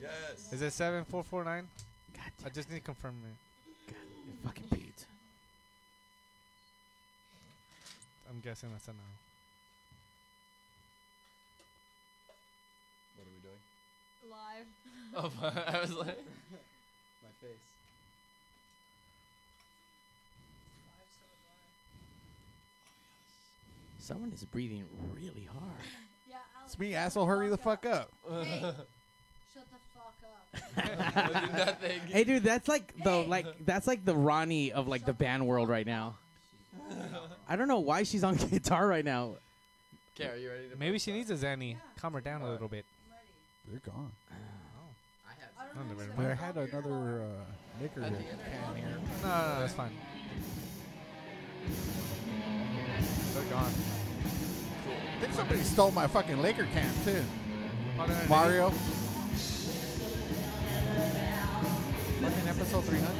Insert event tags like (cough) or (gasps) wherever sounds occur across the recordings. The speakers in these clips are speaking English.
Yes. Is it seven four four nine? God I just need to confirm it. damn it, fucking Pete. I'm guessing that's a no. What are we doing? Live. Oh, (laughs) I was like, (laughs) My face. Someone is breathing really hard. Yeah, Alex. It's me, asshole. Hurry the fuck up. Hey, (laughs) (laughs) shut the fuck up. I did that thing. Hey, dude, that's like the Hey. like that's like the Ronnie of like the band world right now. I don't know why she's on (laughs) guitar right now. Okay, are you ready to? Maybe play she the needs a Zanny. Yeah. Calm her down a Alright. little bit. Oh. I'm ready. They're gone. I have. I Not don't know very what's But I going had on here. another uh, knicker At that the end, came here. No, no, no, that's fine. They're gone. I think somebody stole my fucking Laker can too. Oh, no, no, no, Mario. Fucking episode 300.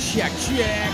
Check, check.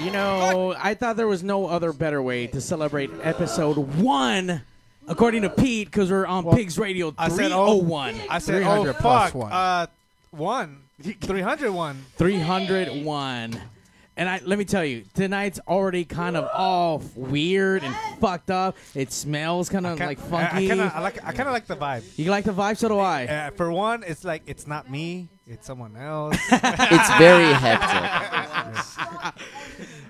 You know, I thought there was no other better way to celebrate episode one, according to Pete, because we're on Well, Pigs Radio I said, oh, 301. I said, oh 300 plus fuck, one. uh, one, three hundred one. 301. And I let me tell you, tonight's already kind of all weird and fucked up. It smells kind of Can- like I- I, funky. kinda, I like, I kind of like the vibe. you like the vibe? So do I. Uh, for one, it's like it's not me, it's someone else. (laughs) It's (laughs) very hectic.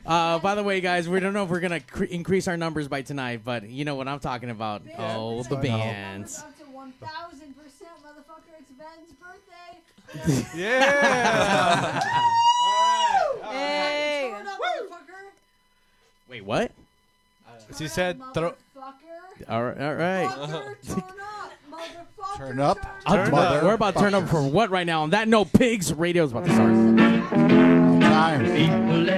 Uh, by the way, guys, we don't know if we're gonna cre- increase our numbers by tonight, but you know what I'm talking about. Oh, the Ben's bands. Up to 1,000%, motherfucker. It's Ben's birthday. (laughs) yeah. Hey. Turn up, motherfucker. Wait, what? She Turn said up, throw- Motherfucker. All right, all right. Fucker, turn up. (laughs) Motherfucker. Turn up. I'll- Turn up. We're about to turn up for what right now? On that note, pigs radio's about to start. Time.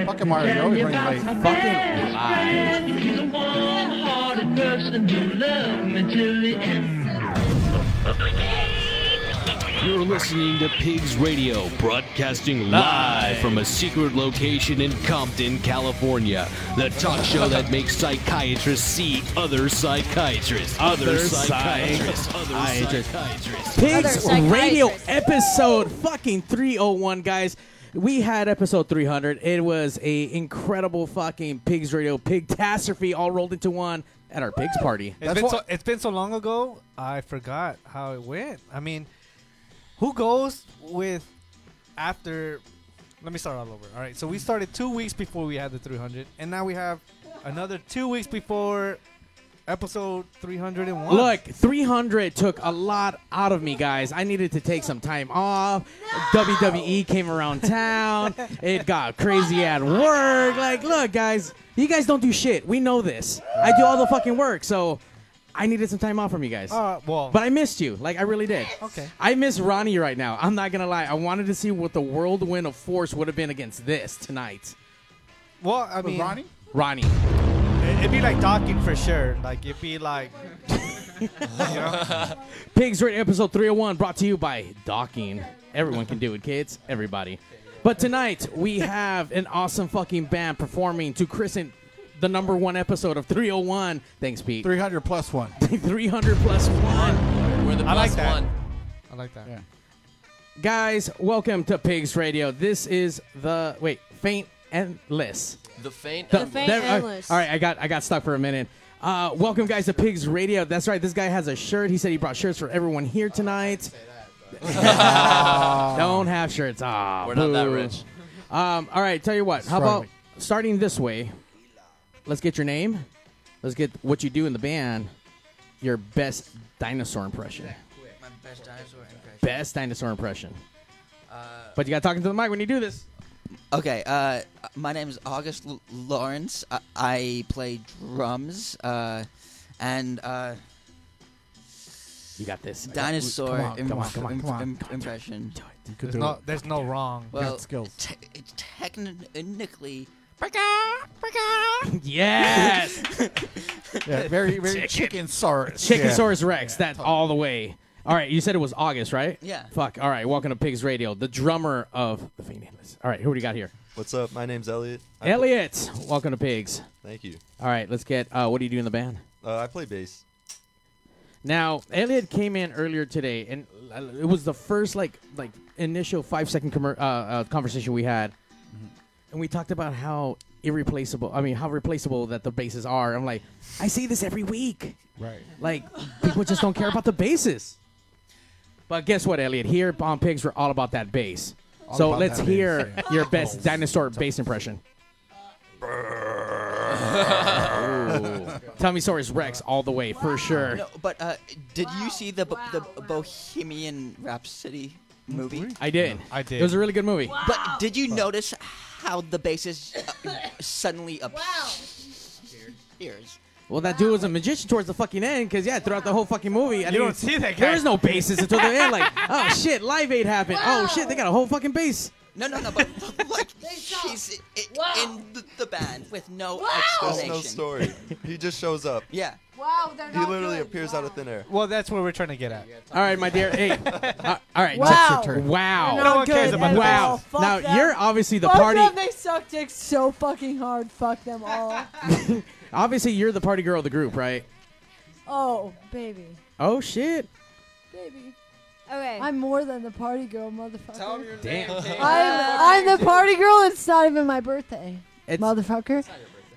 Fucking Mario. You're always running late. Fucking live. You're the warm-hearted person who loved me till the end. You're listening to Pigs Radio, broadcasting live from a secret location in Compton, California. The talk show that makes psychiatrists see other psychiatrists. Other psychiatrists. Other psychiatrists. Pigs Other Radio psychiatrist. episode fucking 301, guys. We had episode 300. It was a incredible fucking Pigs Radio pig catastrophe all rolled into one at our pigs party. It's That's been why- so it's been so long ago. I forgot how it went. I mean, who goes with after? Let me start all over. All right, so we started two weeks before we had the 300, and now we have another two weeks before episode 301. Look, 300 took a lot out of me, guys. I needed to take some time off. WWE came around town. it got crazy at work. Like, look, guys, you guys don't do shit. We know this. I do all the fucking work, so I needed some time off from you guys. Uh, well, But I missed you. Like, I really did. okay. I miss Ronnie right now. I'm not gonna lie. I wanted to see what the whirlwind of force would have been against this tonight. Well, I But mean, Ronnie? Ronnie. it'd be like docking for sure. Like it'd be like Pigs Radio episode 301 brought to you by Docking. Everyone can do it, kids. Everybody. But tonight we have an awesome fucking band performing to christen the number one episode of 301. Thanks, Pete. 300 plus (laughs) one. 300 plus one. We're the I like plus that. one. I like that. Yeah. Guys, welcome to Pigs Radio. This is the wait, faint and less. The faint. The- and faint there- and uh, less. all right, I got I got stuck for a minute. Uh, welcome, guys, to Pigs Radio. That's right. This guy has a shirt. He said he brought shirts for everyone here tonight. (laughs) (laughs) Don't have shirts. Ah, We're not that boo. rich. Um, all right, tell you what. How about Sorry. starting this way? Let's get your name. Let's get what you do in the band. Your best dinosaur impression. Quick. My best dinosaur impression. Best dinosaur impression. Uh, But you got to talk into the mic when you do this. okay, uh, my name is August L- Lawrence. I, I play drums, uh, and uh, You got this. dinosaur come on, im- come on, come on, im- come on. im- impression. You could There's do no, it. there's no wrong. Well, skills. te- it's (laughs) technically, (laughs) Yes. Yeah, very, very chicken source. Chickensaurus Rex. That all the way. All right, you said it was August, right? Yeah. Fuck. All right, welcome to Pigs Radio, the drummer of the Faint Endless. All right, who do we got here? What's up? My name's Elliot. I- Elliot. Welcome to Pigs. Thank you. All right, let's get. Uh, what do you do in the band? Uh, I play bass. Now, Elliot came in earlier today, and uh, it was the first like like initial five second commer uh, uh, conversation we had, and we talked about how irreplaceable. I mean, how replaceable that the bases are. I'm like, I see this every week. Right. Like, people just don't care about the bases. But guess what, Elliot? Here on Pigs, we're all about that bass. All so about let's that hear bass, Oh. your best dinosaur bass (laughs) impression. Ooh. Tummy Rex all the way for sure. no, but uh, did you see the bo- the wow, wow. Bohemian Rhapsody movie? I did. I did. It was a really good movie. But did you notice how the bassist uh, suddenly Wow. appears? Well, that dude was a magician towards the fucking end because, yeah, throughout the whole fucking movie, I You mean, don't see that guy. There is no bases until the (laughs) end. Like, oh shit, Live Aid happened. Oh shit, they got a whole fucking base. No, no, no, but like suck. she's i Wow. in the, the band with no Wow. There's explanation. no story. he just (laughs) shows up. Yeah, Wow, they're He not literally good. appears wow. out of thin air. Well, that's where we're trying to get at. All right, my dear. Hey, (laughs) uh, all right. Wow. so- Wow. No one cares good about at the all. Wow. bass. Fuck now them. you're obviously the Fuck party. them. They suck dick so fucking hard. Fuck them (laughs) all. Obviously, you're the party girl of the group, right? Oh, baby. Oh shit. Baby. Okay. I'm more than the party girl, motherfucker. Tell him your Damn. name. Kate. (laughs) I'm, I'm the party girl. It's not even my birthday, It's, motherfucker.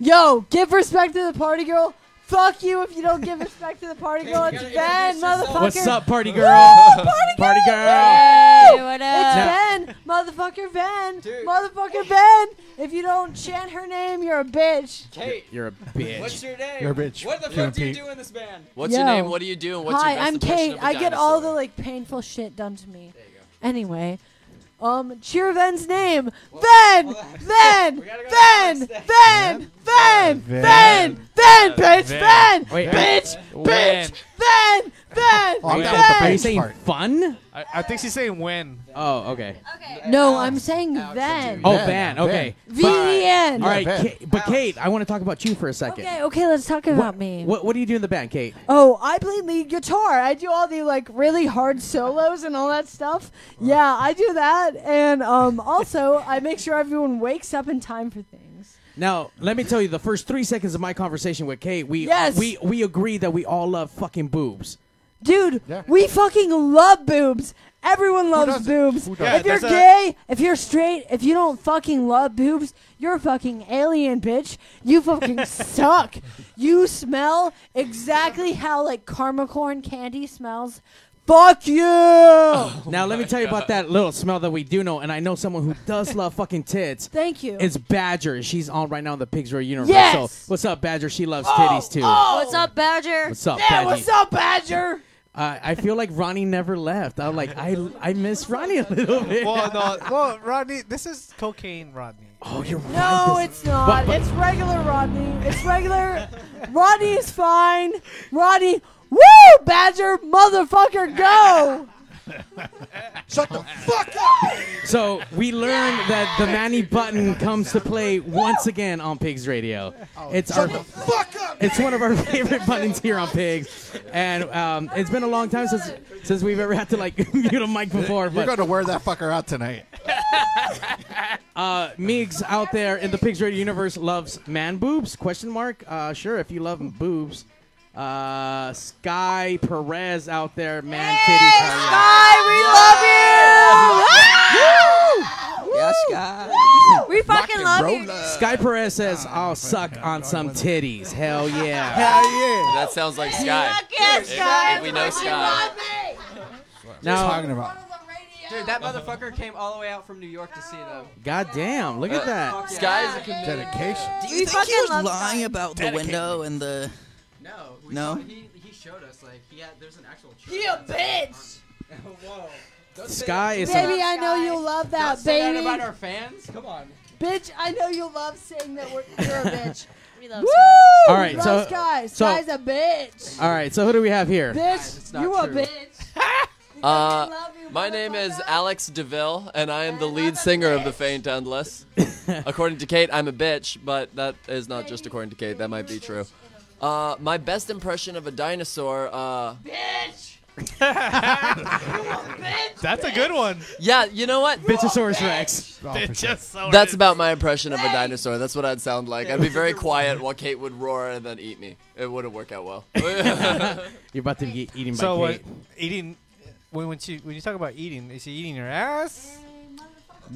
Yo, give respect to the party girl. Fuck you if you don't give respect to the party girl. It's Hey, Ben, introduce yourself. motherfucker. what's up, party girl? party girl. Woo! what up? It's Ben, motherfucker Ben, Dude. motherfucker Ben. If you don't chant her name, you're a bitch. Kate, You're a what's bitch. your name? You're a bitch. What the You're a fuck do you Pete. do in this band? What's Yo. your name? What do you do? And what's Hi, your best I'm impression Kate. of a I get all the dinosaur? like painful shit done to me. There you go. Anyway, um, cheer Ven's name. ben, hold on. (laughs) Ben, We gotta go down Ben, Ben, the stairs. Ben, Ben, Ben, Ben, bitch, Ben, Wait, bitch, Ven. bitch, Ben, Ben! Oh, I'm Wait, down with the are you bass saying part. fun? I, I think she's saying when. Oh, okay. No, I'm saying then. Oh, Van. Okay. V E N. All right, Ka- but Kate, I want to talk about you for a second. Okay, okay, let's talk about me. What What do you do in the band, Kate? Oh, I play lead guitar. I do all the like really hard solos and all that stuff. Yeah, I do that, and um, also I make sure everyone wakes up in time for things. Now, let me tell you, the first three seconds of my conversation with Kate, we Yes. we we agree that we all love fucking boobs. Dude, we fucking love boobs. Everyone loves boobs. if you're gay, if you're straight, if you don't fucking love boobs, you're a fucking alien, bitch. You fucking suck. You smell exactly how like karma corn candy smells. Fuck you. now, let me tell you about that little smell that we do know, and I know someone who does love fucking tits. Thank you. It's Badger. She's on right now in the Pigs Row Universe. Yes! So, what's up, Badger? She loves titties too. What's up, Badger? Oh! What's up, Yeah, Badgie? what's up, Badger? Uh, I feel like Ronnie never left. I'm like, I I miss Ronnie a little bit. Well, no, well, Rodney, this is cocaine, Rodney. Oh, you're No, it's not. But- but- it's regular Rodney. It's (laughs) regular. Rodney is fine. Rodney, woo, Badger, motherfucker, go. Shut the fuck up. So we learned that the Manny Button comes to play once again on Pigs Radio. It's our fuck up. It's one of our favorite buttons here on Pigs, and um, it's been a long time since since we've ever had to like (laughs) mute a mic before. You're But going to wear that fucker out tonight. uh, Meigs out there in the Pigs Radio universe loves man boobs? Question mark. Uh, sure, if you love boobs. Uh, Sky Perez out there, man. titties. are out. Yes, guys. We fucking love you. Sky Perez says, "I'll suck on some titties." (laughs) Hell yeah! That sounds like Sky. yes, If- Sky. If we know Sky. Now- talking about. Dude, that motherfucker came all the way out from New York to see them. God damn! Look Uh, at that. Sky is a Dedication. Do you think he fucking was love lying Sky. about the Dedicated. window and the? No, we No? saw- he, he showed us like he had. There's an actual. He church. a bitch. (laughs) Whoa. Don't say Sky that. is Baby, a, I know you love that, Don't say that baby. about our fans. Come on. Bitch, I know you love saying that we're, you're a bitch. We love Woo! Sky. All right, love so- Sky. so- Sky's a bitch. All right, so who do we have here? Bitch, not you true. a bitch. Uh, my name is Alex DeVille, and I am the lead singer of The Faint (laughs) Endless. according to Kate, I'm a bitch, but that is not just according to Kate. That might be true. Uh, my best impression of a dinosaur. Uh, Bitch! That's a good one. yeah, you know what? Bitchosaurus Rex. That's about my impression of a dinosaur. That's what I'd sound like. I'd be very quiet while Kate would roar and then eat me. It wouldn't work out well. You're about to get eaten by So what? Kate. Eating. When when she when you talk about eating, is she eating your ass?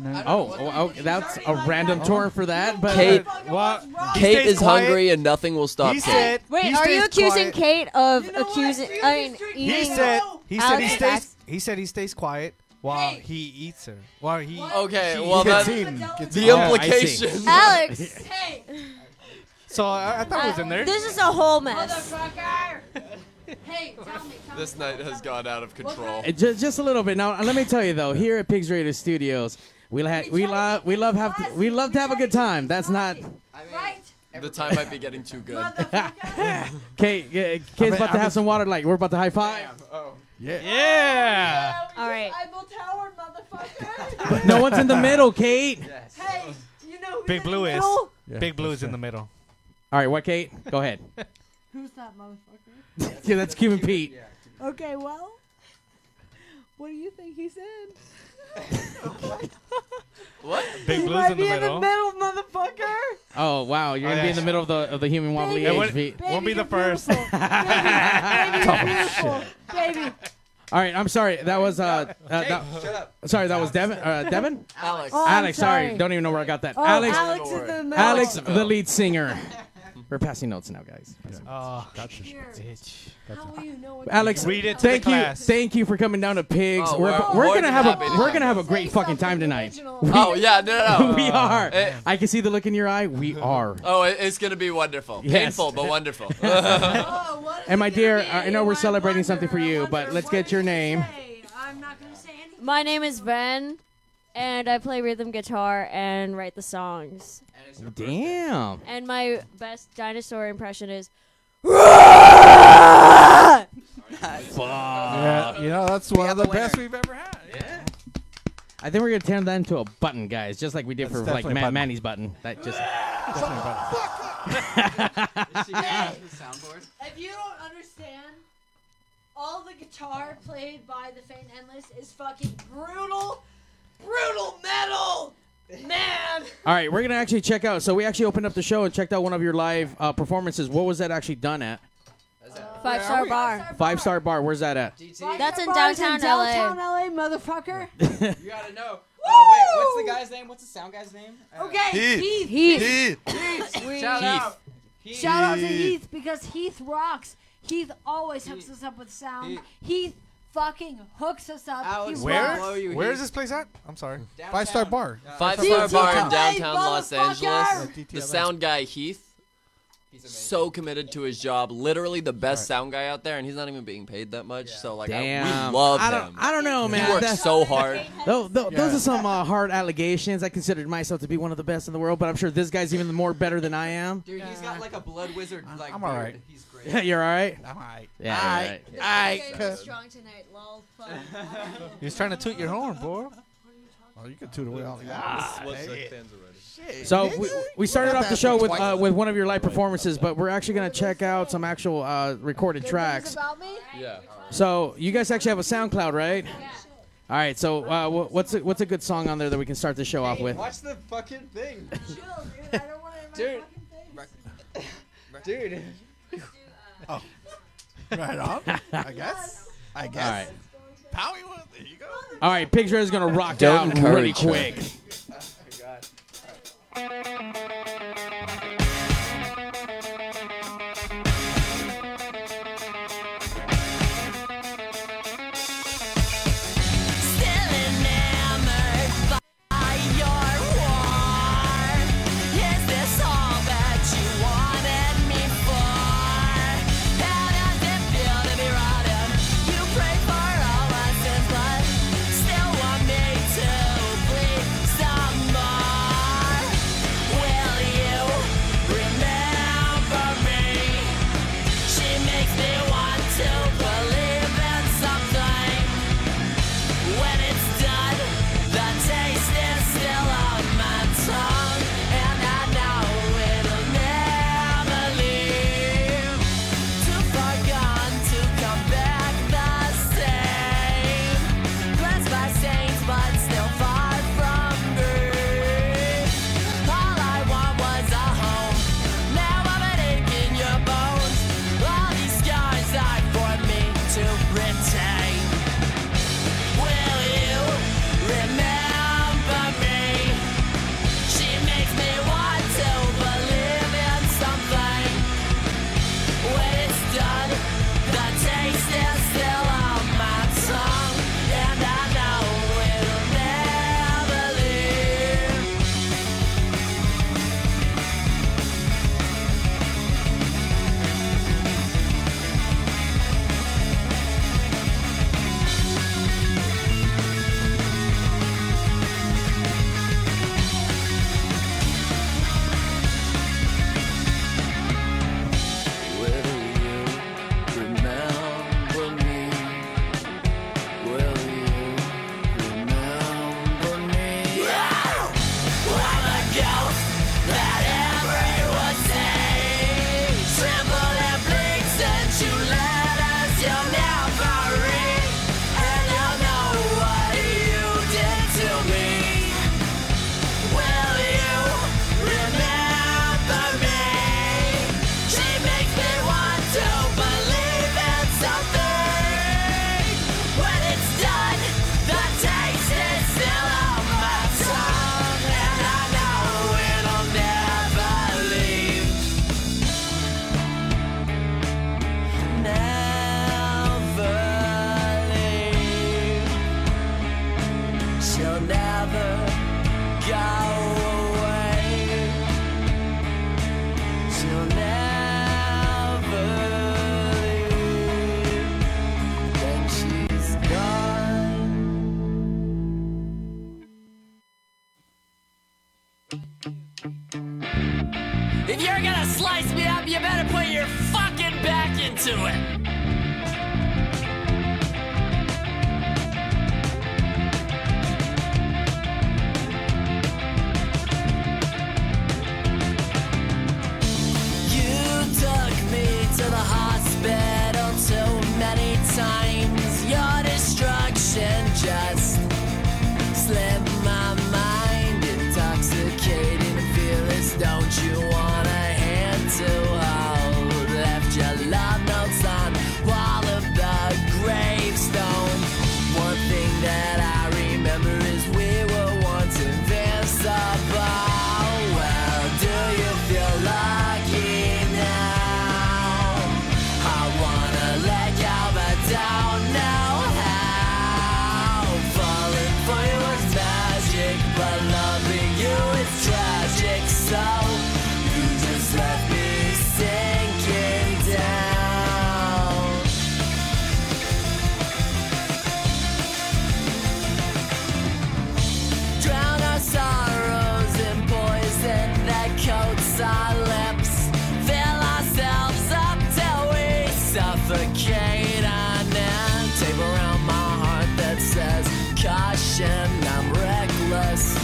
Oh, oh, oh, that's a random tour for that. But uh, Kate- What? Kate is hungry and nothing will stop He Kate. said. he Wait, are you stays accusing quiet. Kate of accusing? I mean, eating. He said. He said he Alex's ass? stays. He said he stays quiet while he eats her. While he. Okay, she well, eats that- him. Gets the eaten. Oh, I see. implication. (laughs) Alex, (laughs) (laughs) So I, I thought it was in there. this is a whole mess. Hey, tell me. This night has gone out of control. Uh, just, just a little bit. Now let me tell you though, here at Pigs Radio Studios, we la- we love we love have to, we love to have a good time. That's not The time might be getting too good. (laughs) (laughs) Kate. yeah, Kate's mean, about I'm to have just- some water. Like we're about to high five. Oh. Yeah. Yeah. All right. But no one's in the middle, Kate. Hey, you know who's Big in Blue the is. middle? Big Blue is in the middle. All right, what, Kate? (laughs) Go ahead. Who's that motherfucker? yeah, that's Cuban Pete. Okay, well, what do you think he said? What? Big he Blue's might in the be middle. in the middle, motherfucker. Oh wow, you're gonna be in the middle of the of the human wobbly It age, won't, Pete. won't be the first. (laughs) Oh, Beautiful, baby. All right, I'm sorry. That was uh, uh that, shut up. sorry, that was Devin. Uh, (laughs) Devin. Alex. Oh, I'm Alex, sorry. sorry. Don't even know where I got that. Oh, Alex. Alex is in the Alex, middle. the lead singer. We're passing notes now, guys. Oh, gotcha. Alex, Read it to thank the you, class. thank you for coming down to Pigs. Oh, we're we're we're more gonna than have happy a to we're come. gonna have a great fucking time tonight. Oh yeah, no, no. no. (laughs) we are. Eh, I can see the look in your eye. We are. oh, it- it's gonna be wonderful. Yes. Painful, but (laughs) wonderful. And my dear, I know we're celebrating something for you, but let's get your name. I'm not gonna say anything. My name is Ben, and I play rhythm guitar and write the songs. Damn. And my best dinosaur impression is. Fuck! Yeah, you know that's one of the best we've ever had. Yeah. I think we're gonna turn that into a button, guys, just like we did for like definitely a Ma- button. Manny's button. That just. (laughs) If you don't understand, all the guitar played by the Faint Endless is fucking brutal, brutal metal, man. All right, we're gonna actually check out. So we actually opened up the show and checked out one of your live uh, performances. What was that actually done at? Five star bar. Five Star Bar. Where's that at? That's in Bars downtown, in LA. downtown LA, motherfucker. (laughs) You gotta know. Uh, wait, what's the guy's name? What's the sound guy's name? Uh, Okay, Heath. Heath. Heath. Heath. Shout out. Heath. Shout out to Heath. Heath because Heath rocks. Heath always hooks us up with sound. Heath fucking hooks us up. He Alex, Where? rocks. Where is this place at? I'm sorry. Five star bar. Five Star Bar in downtown Los Angeles. The sound guy Heath, so committed to his job. Literally the best sound guy out there, and he's not even being paid that much. So like, I, Damn. we love I him. don't, I don't know, man. He works That's- so hard. (laughs) Tho- tho- Those are some uh, hard allegations. I considered myself to be one of the best in the world, but I'm sure this guy's even more better than I am. Dude, he's got like a blood wizard. Like, I'm all beard. right. He's great. (laughs) Yeah, you're all right. I'm all right. Yeah, All you're right. all I I was could- strong tonight, lol. Fuck. He was trying to toot your horn, boy. Oh, you can toot away all the Ah, So we, we started off the show with uh, with one of your live performances, but we're actually gonna check out some actual uh, recorded tracks. About me? Yeah. So you guys actually have a SoundCloud, right? All right. So uh, wh- what's a, what's a good song on there that we can start the show off Hey, with? Watch the fucking thing. Chill, dude. I don't want to. Dude. Dude. Oh. Right on. (laughs) I guess. I All guess. right. Powie one. There you go. All right. Pigs Red is gonna rock Don't out really encourage her. quick. She makes me want to believe in something. When it's done, the taste is still on my tongue, and I know it'll never leave. Too far gone to come back the same. Cleansed by saints, but still far from good. All I want was a home. Now I'm an ache in your bones. All these scars are for me to retain. Will you remember me? She makes me want to believe in something. When it's done, the taste is still on my tongue, and I know it'll never leave. Will you remember me? Will you remember me? I'm a ghost that everyone sees. Tremble and blink since you led us your memory. And I know what you did to me. Will you remember me? She makes me want to believe in something. When it's done, the taste is still on my tongue, and I know it'll never leave. Never leave. She'll never go away. She'll never leave. Then she's gone. If you're gonna slice me up, you better put your fucking back into it. let my mind intoxicate in feelings. Don't you want a hand to hold? Left your love notes on wall of the gravestone. One thing that I remember is we were once invincible. Well, do you feel lucky now? I wanna let go, but don't know how. Falling for you is magic, but loving you is tragic. So you just left me sinking down. Drown our sorrows in poison that coats our lips. Fill ourselves up till we suffocate on end. Tape around my heart that says, Caution, I'm reckless.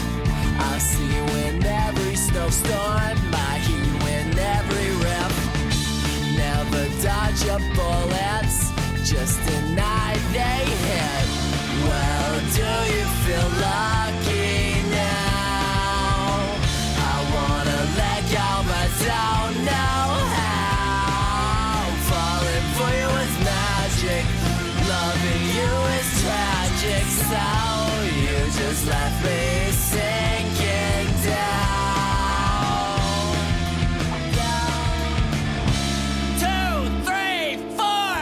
I see you in every snowstorm, I hear you in every rip. Never dodge your bullets, just deny they hit. Well, do you feel lucky now? I wanna let go, but don't know how. Falling for you is magic, loving you is tragic. So you just left me sinking down. Two, three, four.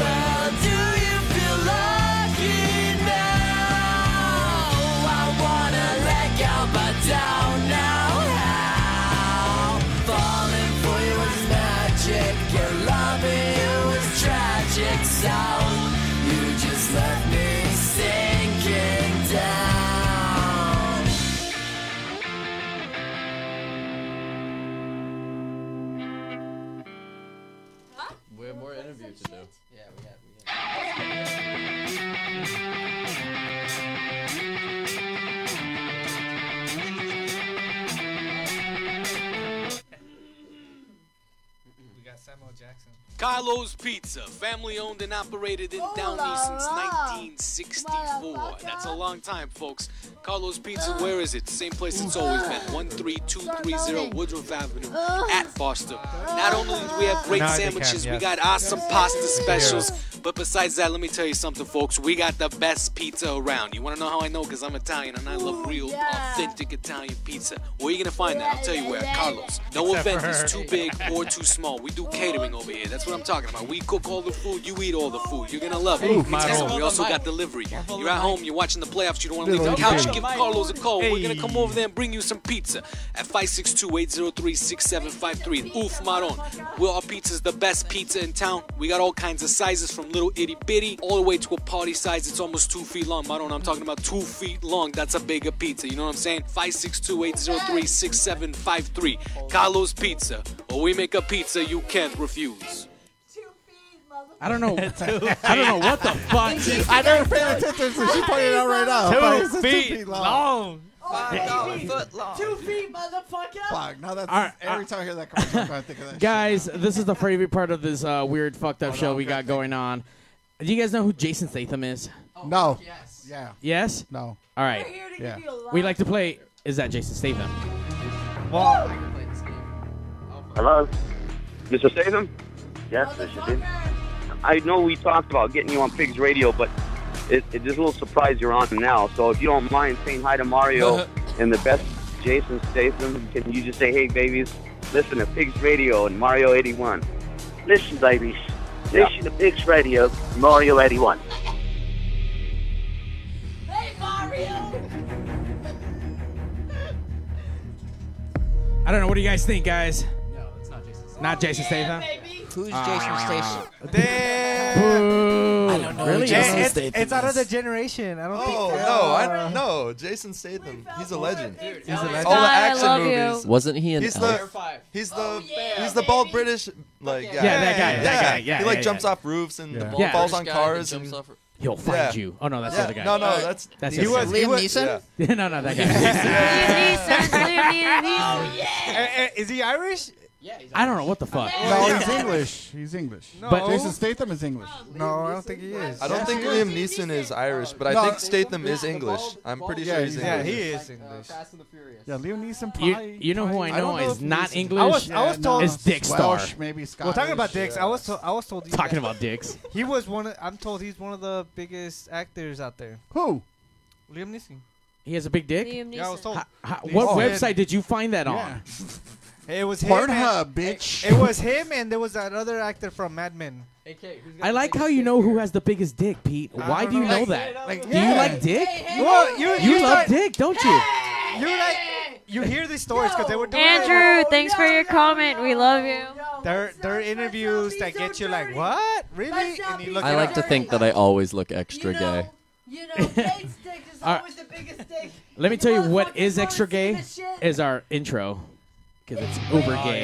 Well, do you feel lucky now? I wanna let go, but don't know how. Falling for you is magic, and loving you is tragic. So you just left me sinking down. We have more interview to do. Yeah, we have. We got Samuel Jackson. Carlos Pizza, family owned and operated Oh in Downey since 1964. Oh, That's a long time, folks. Carlos Pizza, where is it? Same place it's always been 13230 Woodruff Avenue at Foster. Not only do we have great Now they can, sandwiches, we yes. got awesome pasta specials. But besides that, let me tell you something, folks. We got the best pizza around. You want to know how I know? Because I'm Italian and I love real, authentic Italian pizza. Where are you going to find that? I'll tell you where. Carlos. No Except offense, for it's her. too big or too small. We do catering over here. That's what I'm talking about. We cook all the food. You eat all the food. You're gonna love it. Ooh, It's my excellent. lord. we also got delivery. You're at home. You're watching the playoffs. You don't want to leave Little the couch. Italy. Give Carlos a call. We're gonna come over there and bring you some pizza at 562-803-6753. Oof, Maron. Well, our pizza's the best pizza in town. We got all kinds of sizes from little itty bitty all the way to a party size. It's almost two feet long. Maron, I'm talking about two feet long. That's a bigger pizza. You know what I'm saying? 562-803-6753. Carlos Pizza. Or we make a pizza you can't refuse. I don't (laughs) know. I don't know what the fuck. I never paid attention, so she pointed it out right now. Fuck, it's Two just feet long. Oh, Five foot long. Two feet, motherfucker. Fuck, now that's All right, uh, every time I hear that commercial, I'm gonna think of that. Guys, this is the favorite part of this uh, weird, fucked up show we got going on. Do you guys know who Jason Statham is? no. Yes. Yeah. Yes? No. All right. Yeah. We like to play. Is that Jason Statham? Hello? Mr. Statham? Yes, Mr. Statham. I know we talked about getting you on Pigs Radio, but it, it, there's a little surprise you're on now. So if you don't mind saying hi to Mario and the best Jason Statham, can you just say, hey, babies, listen to Pigs Radio and Mario 81? Listen, babies. Listen to Pigs Radio, Mario 81. Hey, Mario. I don't know. What do you guys think, guys? No, it's not Jason. Not Jason Statham? Baby. Who's Ah. Jason Statham? Boo. Dude, don't know Oh, really? who Jason it's, Statham it's out of is. the generation. I don't think. Oh no, I no. Jason Statham, he's a legend. He's a legend. All the God, I action love you. movies. Wasn't he in He's Elf? the he's the he's the bald British like guy. Oh, Yeah, that guy, that guy, yeah, he like yeah, jumps yeah. off roofs and Yeah. the Yeah. falls British on guy that cars. jumps and- off- He'll find Yeah. you. Oh no, that's Yeah. the other guy. No, no, that's that's he the other was- guy. he was- yeah. (laughs) no, no, that guy. (laughs) Oh yeah. Is he Irish? I don't know what the fuck. No, he's English. He's English. No. But Jason Statham is English. Oh, No, I don't think he is. I don't Yes, think he Liam Neeson is Irish, but No. I think Statham is English. I'm pretty Yeah, sure he's he's- English. yeah, he Uh, is English. Yeah, Liam Neeson You, probably. you know who I I know don't know is if not Neeson's English. I was I was told is Dick Star. Welsh, maybe Well, talking about Scottish, dicks, yeah. I was told, I was told. he- Talking about dicks. He was one. Of, I'm told he's one of the biggest actors out there. Who? Liam Neeson. He has a big dick. Liam Yeah, I was Neeson. told. Ha- ha- what Oh, website man. did you find that on? It was him. Pornhub, and- bitch. It was him, and there was that other actor from Mad Men. I like how you know who has the biggest dick, Pete. I Why don't do you know. know Like- that? like, do yeah. you like dick? Well, you- you, you love try- dick, don't you? You like you hear these stories because they were doing Andrew, thanks for your comment. we love you. Their their interviews that get you like what really? And you look I it like up. to think that I always look extra gay. You know, Kate's dick is All right. always the biggest dick. Let me tell you what is extra see gay this shit? is our intro because it's uber gay.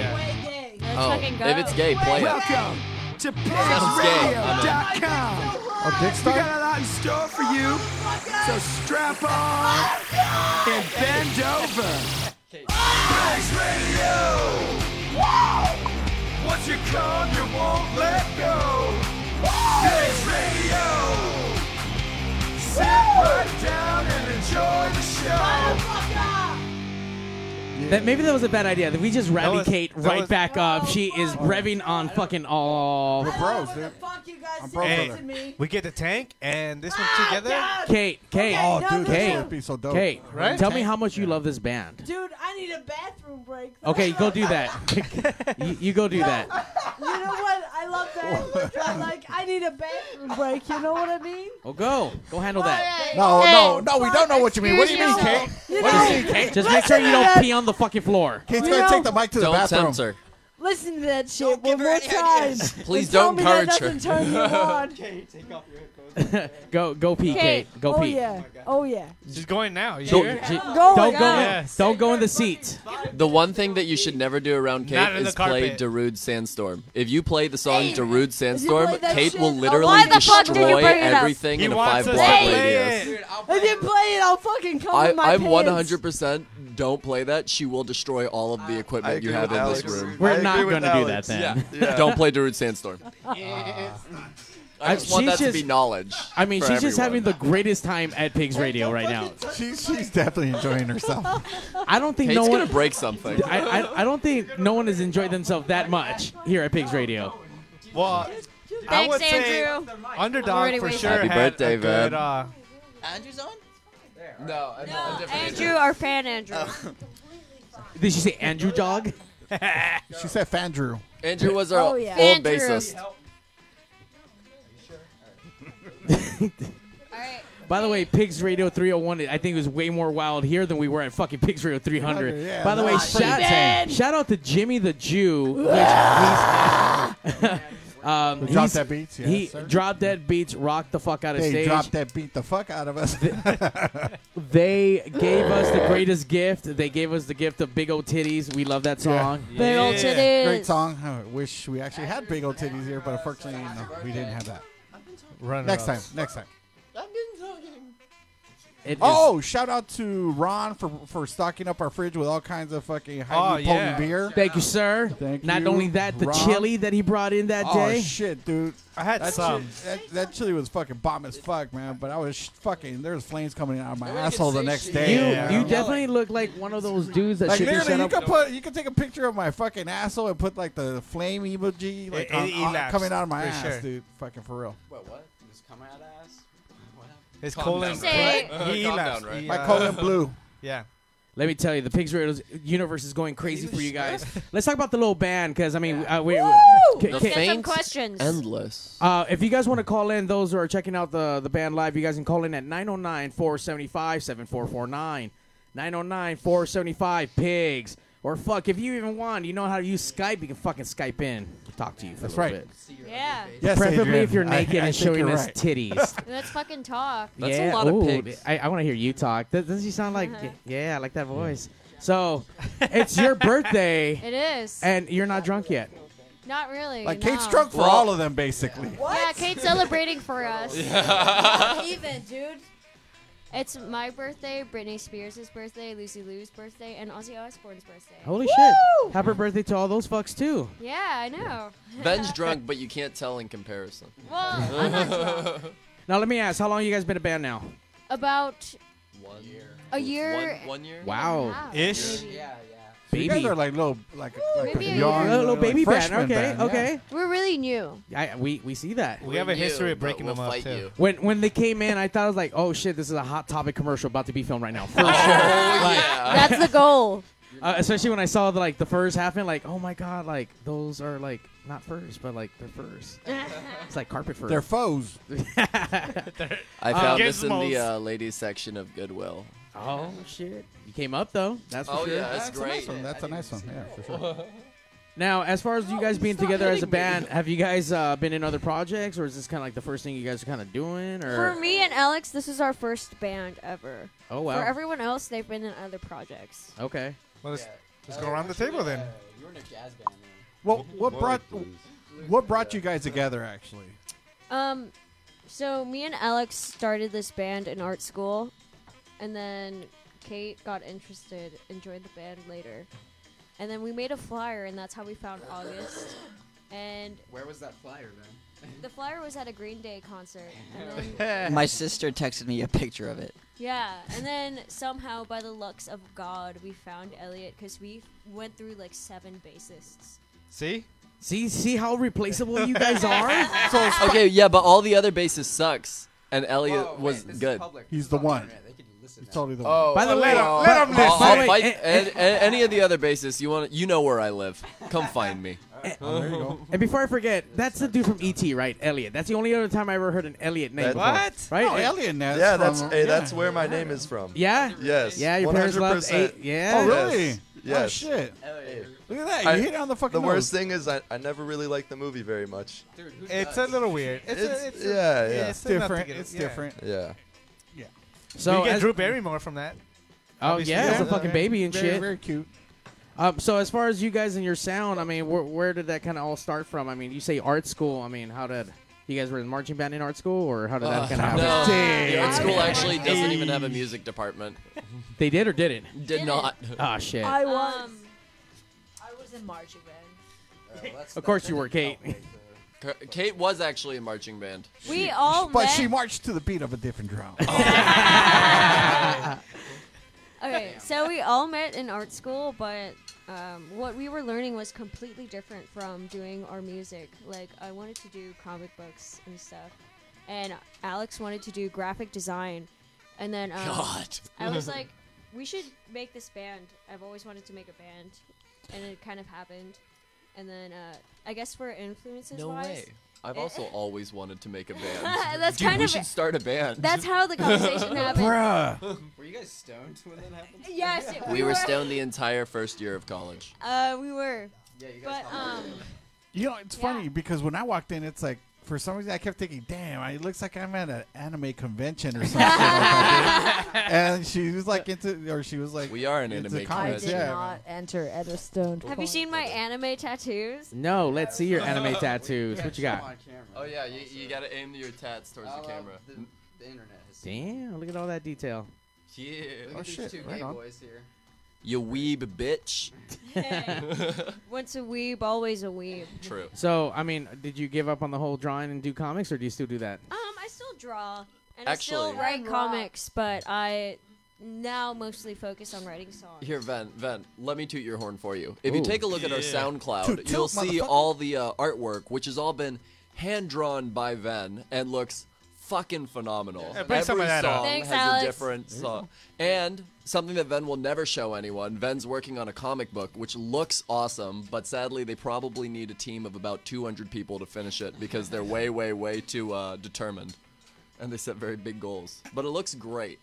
Oh, if it's gay, play it. Welcome to PigsRadio.com. Oh, Dick We Star? Oh got a lot in store for you, so strap on and bend over. Pigs Radio! Once you come, you won't let go. Pigs Radio! Sit right down and enjoy the (laughs) show. That maybe that was a bad idea. That we just rally was- Kate that right was- back up. She is revving on fucking all. We're bros, dude. I'm bro Hey, brother. we get the tank and this one together. Kate, Kate, Oh, dude, this Kate, would be so dope. Kate, Right? Tell me how much you love this band. Dude, I need a bathroom break. Okay, go do (laughs) that. you, you go (laughs) do that. You know what? I love that. I'm like, I need a bathroom break. You know what I mean? Oh, go, go handle that. No, no, no, we don't know what you mean. What do you mean, Excuse Kate? you. What do you mean, Kate? Just make sure you don't pee on the fucking floor. Kate's You gonna know- take the mic to the Don't bathroom. tempt her. Listen to that shit one more time. And Please tell don't me that encourage her. doesn't turn you on. (laughs) go, go pee, Kate. Go oh pee. yeah. Oh yeah. She's going now. You Don't- hear? she- Go Don't with oh, go. that. Don't go in the seats. The one thing that you should never do around Kate Not in the is play carpet. Darude Sandstorm. If you play the song Darude Sandstorm, that Kate shit? will Oh, literally why the fuck did you destroy bring it up? everything He in a wants five us block to play radius. it. If you play it, I'll fucking come I, in my I'm pants. 100% don't play that. She will destroy all of the equipment you agree have with in this Alex. room. We're I not agree with going to do that Alex. then. Yeah. Yeah. Don't play Darude Sandstorm. I just want she's that to be knowledge. I mean, for she's just everyone. having the greatest time at Pigs Radio right now. She's she's definitely enjoying herself. I don't think Kate's no one. gonna break something. I, I, I don't think no one has enjoyed themselves that much here at Pigs Radio. Well, I Thanks, would say Andrew. I'm Underdog already for waiting. sure. Happy had birthday, a good, Veb. uh, Andrew's on? No, I'm, I'm different. Oh. Andrew, our fan Andrew. Did she say Andrew Dog? she said Fandrew. Andrew was our Oh, yeah. old Andrew. bassist. (laughs) By the way, Pigs Radio 301, I think it was way more wild here than we were at fucking Pigs Radio 300. Yeah, By the that way, was shout, pretty bad. shout out to Jimmy the Jew. Which he's- (laughs) um, Drop he's- Dead Beats, yes, he sir. dropped that beats, rocked the fuck out of They stage. dropped that beat the fuck out of us. They gave us the greatest gift. They gave us the gift of big old titties. We love that song. Big old Yeah. titties. Great song. I wish we actually had big old titties here, but unfortunately, no, we didn't have that. runner Next time. ups. Next time. I've been talking. It is- Oh, shout out to Ron for for stocking up our fridge with all kinds of fucking highly Oh, yeah. potent beer. thank you, sir. Thank Not you, only that, the Ron. chili that he brought in that oh, day. shit, dude. I had that some. Shit, that, that chili was fucking bomb as fuck, man. But I was sh- fucking, there was flames coming out of my asshole the next day. You, man. you definitely look like one of those dudes that Like should be shut literally, you up. could put, you could take a picture of my fucking asshole and put like the flame emoji, like It- on- it on- elapsed, coming out of my for ass, sure. dude. Fucking for real. What, what? Just come out of ass? What happened? His Calm colon. down, Say- Right? (laughs) He Calm left. down, right? He, My uh, colon (laughs) blue. (laughs) Yeah. Let me tell you, the Pigs Riddles universe is going crazy for you guys. Let's talk about the little band, because I mean, uh, we, K- The K- faint questions. endless. uh, if you guys want to call in, those who are checking out the, the band live, you guys can call in at 909 475 7449. 909 475 Pigs. Or fuck, if you even want, you know how to use Skype, you can fucking Skype in. talk to you for That's a little right. bit. (laughs) Yeah. Yes, Preferably Adrian. if you're I- naked I and think showing you're us (laughs) right. (laughs) titties. Let's fucking talk. yeah. ooh, I, I want to hear you talk. Does- Doesn't she sound like? Uh-huh. Yeah, I like that voice. So, it's your birthday. (laughs) It is. And you're not drunk yet. Not really. Like no. Kate's drunk for all of them, basically. Yeah, Kate's celebrating (laughs) for us. Yeah. even, dude. It's my birthday, Britney Spears' birthday, Lucy Liu's birthday, and Ozzy Osbourne's birthday. Holy shit! Happy birthday to all those fucks too. Yeah, I know. (laughs) (laughs) Ben's drunk, but you can't tell in comparison. Well, I'm not drunk. Now let me ask, how long you guys been a band now? About One year. a year. One, one year. Wow. Ish. Yeah, So you guys Baby. are like little, like, like Maybe a young, year. A little like baby band, freshman okay, band, yeah. okay. We're really new. I, we we see that. We have a history of breaking them up too. When when they came in, I thought I was like, oh shit, this is a hot topic commercial about to be filmed right (laughs) Oh, now. For sure. Like, That's the goal. uh, especially when I saw the, like the furs happen, like oh my god, like those are like not furs, but like they're (laughs) furs. it's like carpet fur. (laughs) They're foes. (laughs) (laughs) I found this in the uh, ladies section of Goodwill. Oh shit! You came up though. That's for Oh, sure. yeah, that's That's a nice That's, one. That's a nice one. Yeah, for sure. Now, as far as you guys being stop together as a hitting me. band, have you guys uh, been in other projects, or is this kind of like the first thing you guys are kind of doing? Or For me and Alex, this is our first band ever. Oh, wow. For everyone else, they've been in other projects. okay, well, let's, let's go around the table then. You were in a jazz band. What what brought what brought you guys together actually? Um, so me and Alex started this band in art school, and then Kate got interested and joined the band later, and then we made a flyer, and that's how we found August. And Where was that flyer (laughs) then? the flyer was at a Green Day concert, and then (laughs) My sister texted me a picture of it. Yeah, and then somehow by the lux of God, we found Elliot because we went through like seven bassists. See? See, see how replaceable you (laughs) guys are. okay, yeah, but all the other bases sucks, and Elliot was good. He's the one. He's totally the one. Oh, By the way, I'll- let him I'll- I'll listen. fight Wait, an- an- any of the other bases you want. You know where I live. Come find (laughs) me. Oh, Oh, And before I forget, that's the dude from ET, right? Elliot. That's the only other time I ever heard an Elliot name. That- before. What? Right? No, Eh, Elliot Ness Yeah, that's- from- hey, that's where my name is from. Yeah. Yes, Yeah. Your parents loved 100%. eight. Yeah. Oh, really? Yes. Yes. Oh shit. Look at that. You I- hit it on the fucking The worst nose. thing is I, I never really liked the movie very much. Dude, who It's a little weird. It's, a, It's- it's a- yeah, yeah. It's enough to different. get it, It's yeah. different. Yeah. Yeah. So So you get as- Drew Barrymore from that. Oh Obviously, yeah, it's a yeah. fucking baby and Very, shit. (laughs) very cute. Um, so as far as you guys and your sound, I mean, where, where did that kind of all start from? I mean, you say art school. I mean, how did you guys were in marching band in art school, or how did that kind of happen? Uh, no, the art school actually doesn't even have a music department. They did or didn't? Did not. Ah shit. I Um, was. I was in marching band. Of course you were, Kate. Kate was actually in marching band. We all But met. she marched to the beat of a different drum. Okay, so we all met in art school, but um, what we were learning was completely different from doing our music. Like, I wanted to do comic books and stuff, and Alex wanted to do graphic design. And then um, God. I (laughs) was (laughs) like, we should make this band. I've always wanted to make a band, and it kind of happened. And then uh, I guess for influences No wise, eh, way. I've it- (laughs) also always wanted to make a band. That's Dude, kind we of- should start a band. that's how the (laughs) conversation happened. Were you guys stoned when that happened? Yes, it- We were stoned the entire first year of college. Uh, we were. Yeah, you guys. But um, You know, it's funny because when I walked in, it's like for some reason I kept thinking, "Damn, I- it looks like I'm at an anime convention or something." like that, dude. and she was like into, or she was like, "We are an into anime comics, convention. I did yeah. Not enter at a stoned. have you seen my anime (laughs) tattoos? No, let's see your anime tattoos. What you got? Oh yeah, you, you gotta aim your tats towards the camera. The, the internet has Damn, look at all that detail. Yeah. Oh, Look at these two gay boys here. You weeb bitch. Once a weeb, always a weeb. True. So, I mean, did you give up on the whole drawing and do comics, or do you still do that? Um, I still draw and I Actually- still write And rock. comics, but I now mostly focus on writing songs. Here, Ven, Ven, let me toot your horn for you. If you Ooh. take a look at our Yeah. SoundCloud, Toot, toot, you'll see motherfucker. all the uh, artwork, which has all been hand drawn by Ven and looks fucking phenomenal. Yeah, bring Every some of that up. song Thanks, has Alex. a different song, and something that Ven will never show anyone. Ven's working on a comic book, which looks awesome, but sadly they probably need a team of about 200 people to finish it because they're way, way, way too uh, determined, and they set very big goals. But it looks great.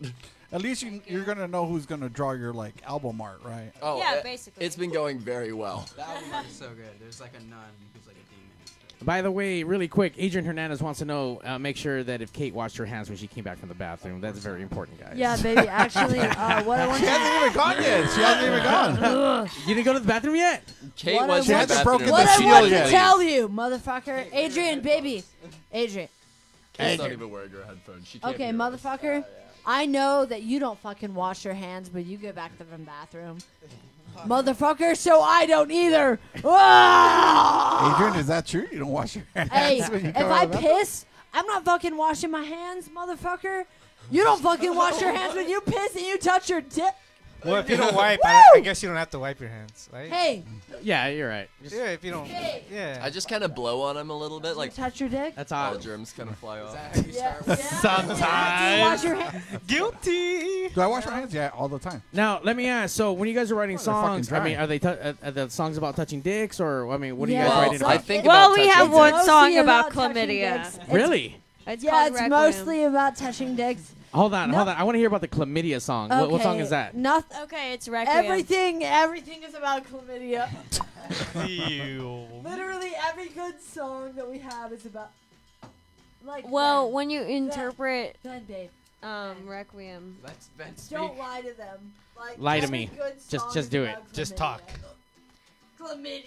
At least you, you're gonna know who's gonna draw your like album art, right? Oh, Yeah, it- basically. It's been going very well. The album art is so good. There's like a nun who's like a demon. By the way, really quick, Adrian Hernandez wants to know. Uh, make sure that if Kate washed her hands when she came back from the bathroom, that's very important, guys. Yeah, baby. Actually, (laughs) uh, what I want She hasn't even gone yet. She hasn't even gone. you didn't go to the bathroom yet. Kate What was I in want- the bathroom. What I want to tell you, motherfucker, Adrian, baby, Adrian. Kate's not even wearing her headphones. She can't Okay, hear us. motherfucker. I know that you don't fucking wash your hands, but you go back to the bathroom, motherfucker. So I don't either. Ah! Adrian, is that true? You don't wash your hands hey, (laughs) when you if come I out of the bathroom? piss, I'm not fucking washing my hands, motherfucker. You don't fucking wash your hands when you piss and you touch your dick. Well, if you don't wipe, I, I guess you don't have to wipe your hands, (laughs) right? Hey. Yeah, you're right. yeah, if you don't. Yeah. I just kind of blow on him a little bit, like touch your dick. That's all. Germs kind of fly off. Sometimes. your hands? Guilty. Do I wash my hands? Yeah, all the time. Now let me ask. So when you guys are writing they're fucking songs, I mean, dry. are they t- uh, are the songs about toucking dicks, or I mean, what are Yeah, you guys Well, writing about? I think Well, we have It's one mostly song about touching chlamydia. dicks. really. It's yeah, called it's Requiem. mostly about touching dicks. Hold on, hold on. I want to hear about the chlamydia song. What, what song is that? Nothing. Okay, it's Everything, everything is about chlamydia. Literally every good song that we have is about. Like Well, Ben. when you interpret Ben, babe. um, Requiem, let's Ben Don't lie to them. Like, Lie to every me. good Just song just is do it. about Just talk. Uh, Chlamydia.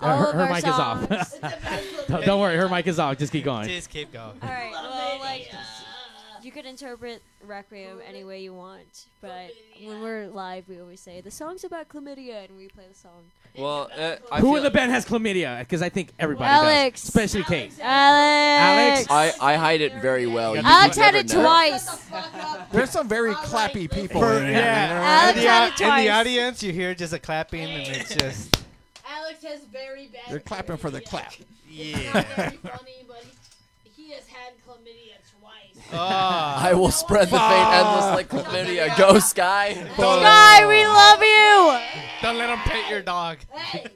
All her of her our mic is off. (laughs) songs. It's Don't- Don't worry, her mic is off. Just keep going. Just keep going. All right. Well, like you could interpret Requiem any way you want, but when we're live, we always say the song's about chlamydia, and we play the song. Well, uh, I Who feel- in the band has chlamydia? Because I think everybody Alex. does, especially Kate. Alex. I, I hide it very well. Oh, You Alex would had never it know. twice. There's some very clappy people. For- in here, you know? yeah. Alex in, the, had it au- in the twice. audience, you hear just a clapping, and it's just. Alex has very bad. They're clapping for the chlamydia. clap. It's not very funny, but he has had chlamydia twice. I will spread the fate endless like chlamydia. Go sky. Sky, we love you. Don't let him pet your dog. Hey,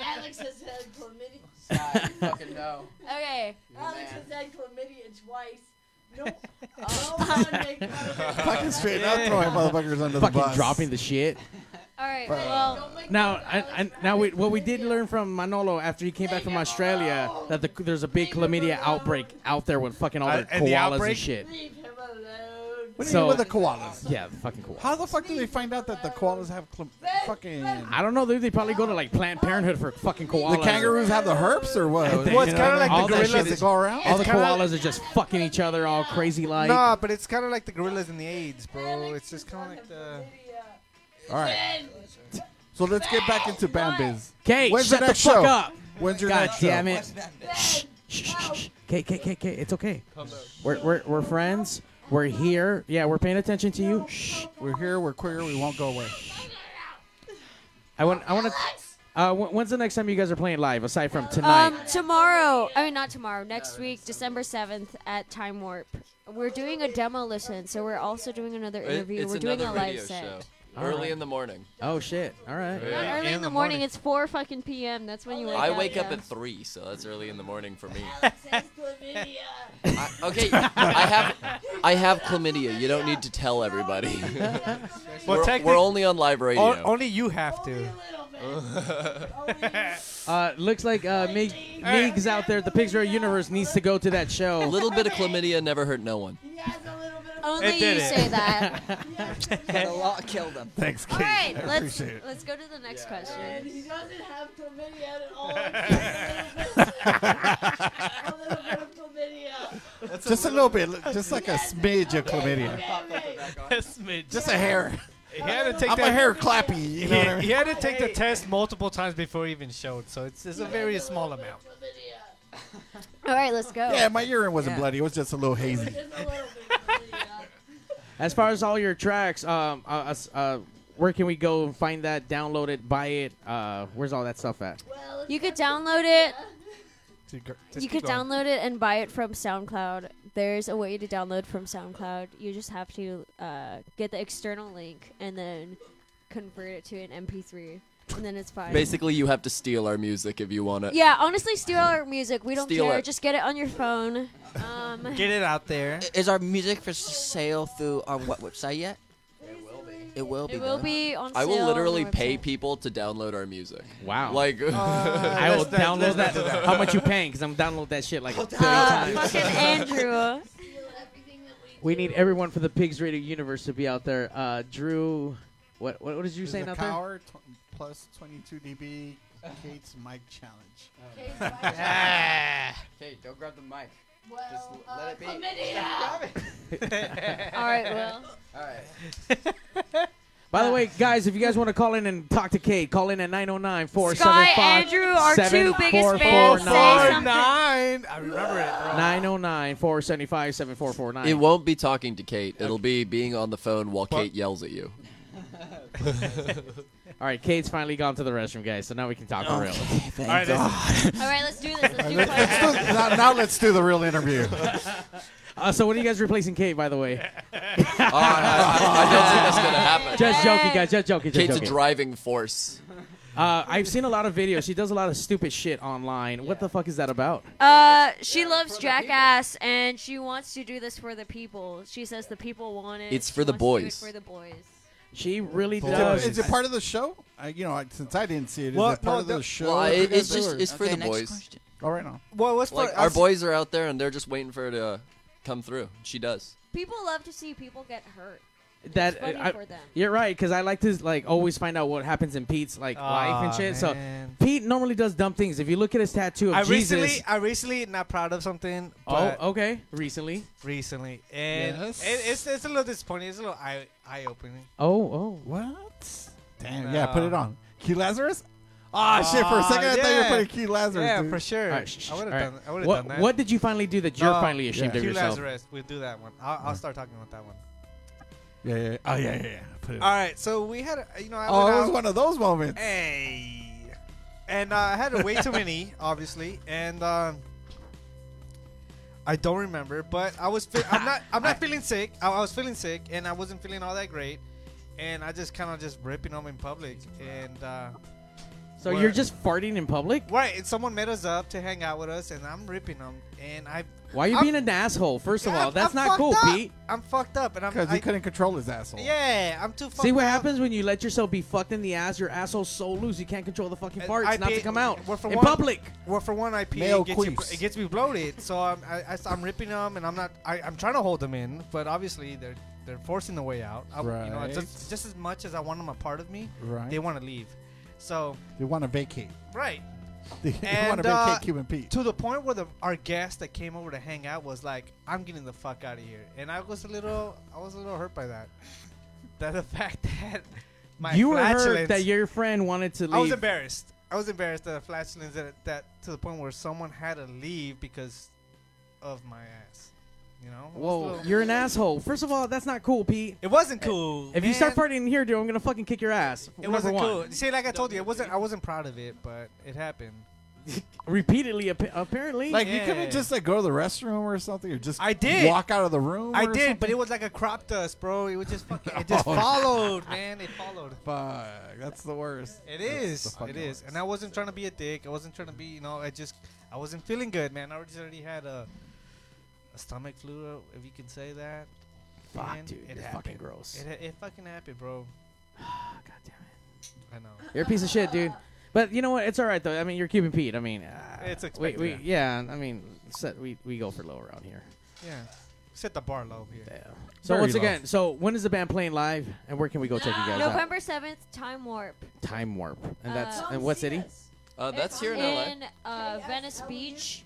Alex has had chlamydia. fucking know. (laughs) Okay. Alex has had chlamydia twice. (laughs) No, Oh. no one make fun of (laughs) him. (laughs) Fucking straight up throwing motherfuckers under Fucking the bus. dropping the shit. All right. (laughs) Bro. Well, Now, I, I, now we, what we did learn from Manolo after he came back from Australia that the, there's a big chlamydia outbreak out there with fucking all Uh, the and the koalas and outbreak? shit. Leave him alone. What do you So- mean with the koalas? Yeah, the fucking koalas. How the fuck do they find out that the koalas have cl- fucking? I don't know, dude. They probably go to like Planned Parenthood for fucking koalas. The kangaroos have the herpes or what? Well, it's You know, kinda like the all that shit gorillas is- that go around. All the It's kinda- koalas are just fucking each other, all crazy like. nah, but it's kind of like the gorillas and the AIDS, bro. It's just kind of like the. All right. So let's get back into band biz. Kate, When's shut the the next fuck show? up. When's your God next damn show? it. Shh, shh, shh, shh. Kate, Kate, Kate, Kate, it's okay. We're, we're, we're friends. We're here. Yeah, we're paying attention to you. Shh. We're here. We're queer. We won't go away. I want. I want to. Uh, wh- when's the next time you guys are playing live aside from tonight? Um, tomorrow, I mean not tomorrow, next week, December seventh at Time Warp. We're doing a demo listen, so we're also doing another It- interview. it's we're doing another a live radio set. show. All Early right. in the morning. oh shit! All right. Not Yeah. early in the morning. It's four fucking p.m. That's when you wake I up. wake yeah. up at three, so that's early in the morning for me. Chlamydia. I, okay, I have I have chlamydia. You don't need to tell everybody. we're, technic- we're only on live radio. O- only you have to. (laughs) Uh, looks like uh, Meeg, Meeg's out there. The Pigs Radio Universe needs to go to that show. A little bit of chlamydia never hurt no one. Only It did you it. say that. (laughs) But a lot killed them. Thanks, All Kate. right, I let's appreciate it. let's go to the next And he question. doesn't have chlamydia at all. A little bit of (laughs) chlamydia. just a little bit, li- just like a smidge of chlamydia, (laughs) just a hair. He had to take I'm that a hair clappy. You know what I he, mean? he had to take the test multiple times before he even showed, so it's, it's a very small amount. (laughs) (laughs) All right, let's go. Yeah, my urine wasn't Yeah. bloody. It was just a little hazy. As far as all your tracks, um, uh, us- uh, where can we go and find that? Download it, buy it. Uh, where's all that stuff at? (laughs) You could download it. Just you keep could going. download it and buy it from SoundCloud. There's a way to download from SoundCloud. You just have to uh, get the external link and then convert it to an MP3, and then it's fine. Basically, you have to steal our music if you uh, want it. Yeah, honestly, steal our music. We don't Steal care. it. Just get it on your phone. Um, Get it out there. Is our music for sale through our what website yet? It will be. It will be on I sale will on literally our pay people to download our music. Wow. Like Uh, (laughs) I will download that. How much you paying? Because I'm download that shit like 30 Uh, times. fucking (laughs) Andrew. We need everyone for the Pigs Radio Universe to be out there. Uh, Drew, what what, what did you Is saying the out Cower tw- plus 22 dB Kate's mic challenge. (laughs) Kate's mic (laughs) challenge. Okay, don't grab the mic. Just l- let it be. Stop grabbing. (laughs) All right, Will. All right. there? (laughs) By the way, guys, if you guys want to call in and talk to Kate, call in at 909 Sky, 475 Andrew, our two biggest fans. Say something. I remember it. 909 475 7449. It won't be talking to Kate. It'll be being on the phone while Kate yells at (laughs) you. (laughs) All right, Kate's finally gone to the restroom, guys, so now we can talk for real. thank All right, All right, let's do this. (laughs) Let's do Let's- let's do- now, now let's do the real interview. Uh, so what are you guys replacing Kate, by the way? (laughs) I don't think that's gonna happen. Just joking, guys. Just joking. Just Kate's joking. a driving force. Uh, I've seen a lot of videos. She does a lot of stupid shit online. What the fuck is that about? Uh, she loves Jackass, and she wants to do this for the people. She says the people want it. It's She for the wants boys. to do it for the boys. She really Is it- does. Is it part of the show? I, you know, I, since I didn't see it, is Well, it part no, of the the- show? well, that it- you guys it's just- do, or- it's for Okay, the next boys. question. All right, now. Well, what's like funny- our I've- boys are out there and they're just waiting for her to come through. She does. People love to see people get hurt. that uh, It's funny I- for them. you're right because I like to like always find out what happens in Pete's like life and Aw, shit. So Pete normally does dumb things. If you look at his tattoo of I Jesus, recently, I recently not proud of something. oh but- okay, recently, recently, and Yes. it, it's it's a little disappointing. It's a little eye eye opening. oh oh what? Damn, yeah, put it on. Key Lazarus? Ah, Ah, shit, for a second I thought you were putting Key Lazarus. Yeah, dude. for sure. All right, shh, shh, I would have all right. done. I would have What- done that. Oh, what did you finally do that you're finally ashamed yeah. of yourself? Key Lazarus, we'll do that one. I'll, I'll start talking about that one. Yeah, yeah, yeah. Oh, yeah, yeah, yeah. Put it All right, so we had, a- you know, I Oh, went it was out- one of those moments. Hey, and uh, I had way too (laughs) many, obviously, and um, I don't remember. But I was, fe- I'm not, I'm not feeling sick. I, I was feeling sick, and I wasn't feeling all that great, and I just kind of just ripping them in public, and. Uh, So what- you're just farting in public? Right, and someone met us up to hang out with us, and I'm ripping them, and I. Why are you I'm- being an asshole? First of I'm- all, that's I'm not fucked cool, up. Pete. I'm fucked up, and I'm. Because he I- couldn't control his asshole. Yeah, I'm too fucked. See what up. happens when you let yourself be fucked in the ass? Your asshole's so loose you can't control the fucking farts Uh, I not pee- to come out well, for in one- public. Well, for one, I pee. Male It gets, you, queefs. it gets me bloated, so I'm I, am ripping them, and I'm not. I, I'm trying to hold them in, but obviously they're they're forcing the way out. I, You know, Right. just, just as much as I want them a part of me, Right. they want to leave. So They want to vacate. (laughs) right. They want and to uh, vacate Cuban Pete. to the point where the, our guest that came over to hang out was like, "I'm getting the fuck out of here," and I was a little, I was a little hurt by that. (laughs) That the fact that (laughs) my you were hurt flatulence- that your friend wanted to leave. I was embarrassed. I was embarrassed that a flatulence that, that to the point where someone had to leave because of my ass. You know? It was a Whoa, little- you're an asshole. First of all, that's not cool, Pete. Uh, It wasn't cool. If you start man. farting in here, dude, I'm gonna fucking kick your ass. it wasn't cool. See, like I told you, it wasn't. I wasn't proud of it, but it happened. Repeatedly, ap- apparently. Like, you couldn't just, like, go to the restroom or something or just I did. walk out of the room? I or did, but something? it was like a crop dust, bro. It was just fucking. It just Oh. followed, man. It followed. Fuck, that's the worst. It That's the is. It fucking is. And I wasn't trying to be a dick. I wasn't trying to be, you know, I just, I wasn't feeling good, man. I already already had a, a stomach flu, if you can say that. Fuck, Man, dude, It you're happened. fucking gross. It, it fucking happened, bro. God damn it. I know. You're a piece of shit, dude. But you know what? It's all right though. I mean, you're Cuban Pete. I mean, uh, It's we, expected. we, yeah. I mean, set, we we go for low around here. Yeah. Set the bar low here. So Very once low. again, so when is the band playing live, and where can we go check (gasps) you guys out? November seventh, Time Warp. Time Warp, and that's Uh, in what city? Uh, that's here in LA. in uh, Venice Beach.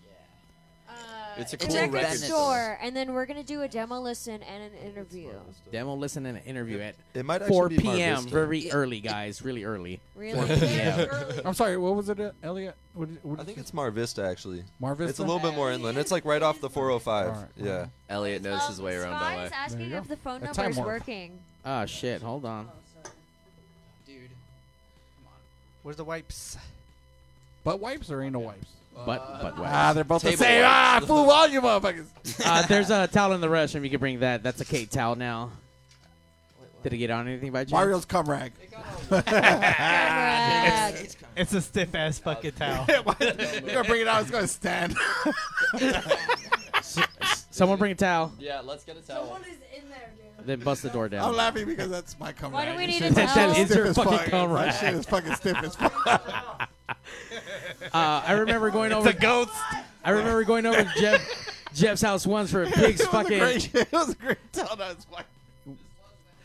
It's a It's cool a record record store, and then we're gonna do a demo listen and an interview. Demo, listen, and an interview at it might actually 4 be Mar p.m. Vista. Very early, guys. Really early. Really? (laughs) 4 Yeah, p.m. I'm sorry, what was it, uh, Elliot? What did, what I did think it's Mar Vista actually. Mar It's Vista? a little bit more inland. It's like right off the 405. Alright, Yeah. Elliot knows his way around Sky LA. is asking go. if the phone At number Time is Warp. working. Ah, shit. Hold on. Dude. Where's the wipes? butt wipes or anal wipes? Butt- butt wipes. Ah, they're both the Table same. wipes. Ah, (laughs) full volume, motherfuckers. (laughs) uh, there's a towel in the restroom. You can bring that. That's a Kate towel now. Did it get on anything by chance? (laughs) Mario's cum rag. (laughs) It's, it's a stiff ass (laughs) fucking towel. You're gonna bring it out. It's gonna stand. so, (laughs) Someone bring a towel. Yeah, let's get a towel. Someone is in there, dude. Then bust the door down. I'm laughing because that's my cum Why do rag. we That need shit a is towel? stiff It's your as fucking fuck. cum That rag. shit is fucking stiff (laughs) as fuck. Uh, I remember going over. It's a ghost. I remember going over to Jeff, Jeff's house once (laughs) for a pig's It was a fucking. great- (laughs) It was a great towel. That was fucking.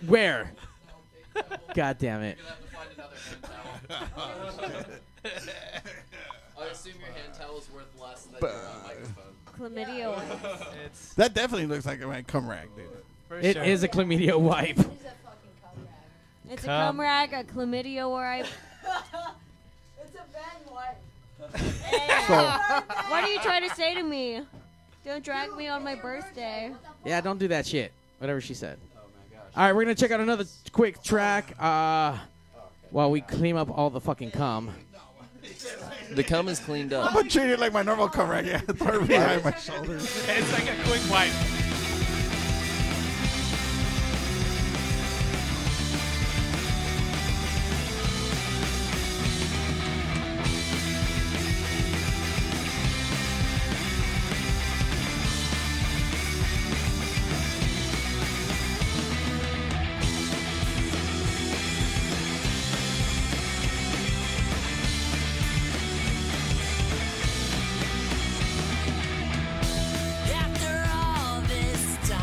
Where? God damn it. (laughs) I assume your hand towel is worth less than But- your uh, microphone. Chlamydia. That definitely looks like my cum rag, dude. It is a chlamydia (laughs) wipe. It's a Come. cum rag, a chlamydia wipe. (laughs) it's a Ben wipe. what are you trying to say to me? Don't drag me on my birthday. Yeah, don't do that shit. Whatever she said. All right, we're gonna check out another quick track. Uh, while we clean up all the fucking cum. The cum is cleaned I'm up. gonna treat it like my normal cum rag. Yeah, (laughs) throw it behind (laughs) my shoulders. It's like a quick wipe. After all this Oh,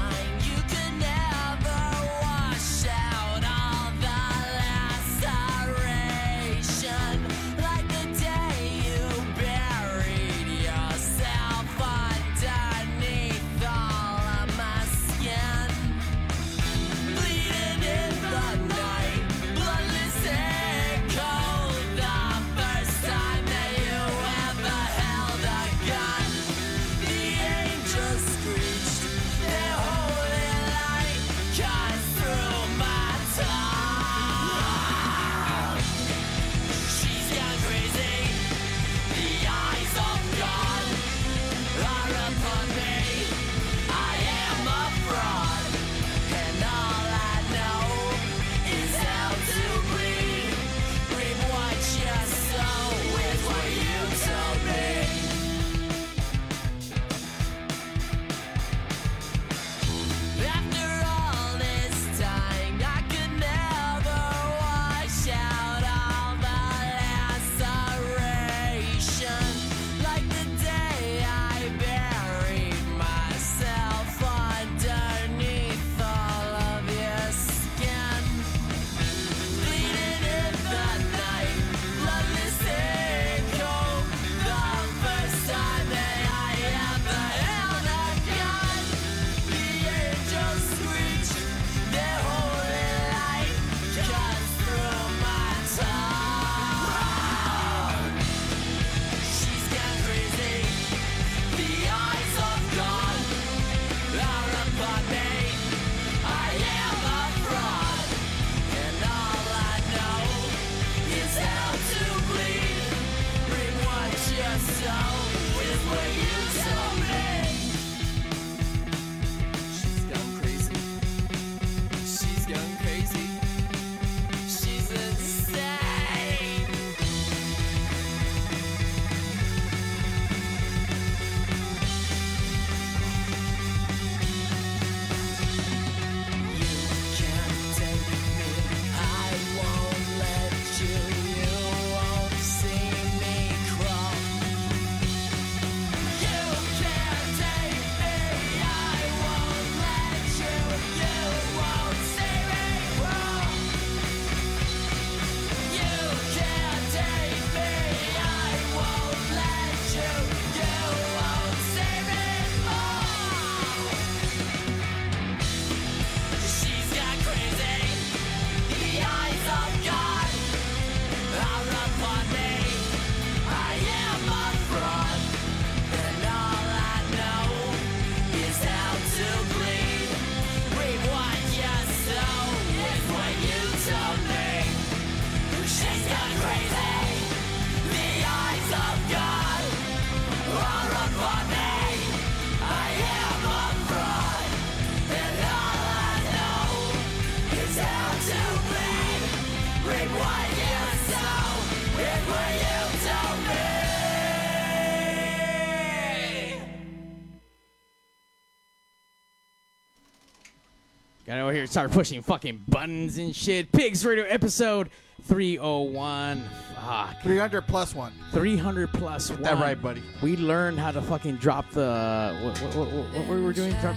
Got over here, and start pushing fucking buttons and shit. Pigs Radio episode 301. Fuck. 300 plus one. 300 plus one. that right, buddy. We learned how to fucking drop the. What, what, what, what, what we were doing? Drop,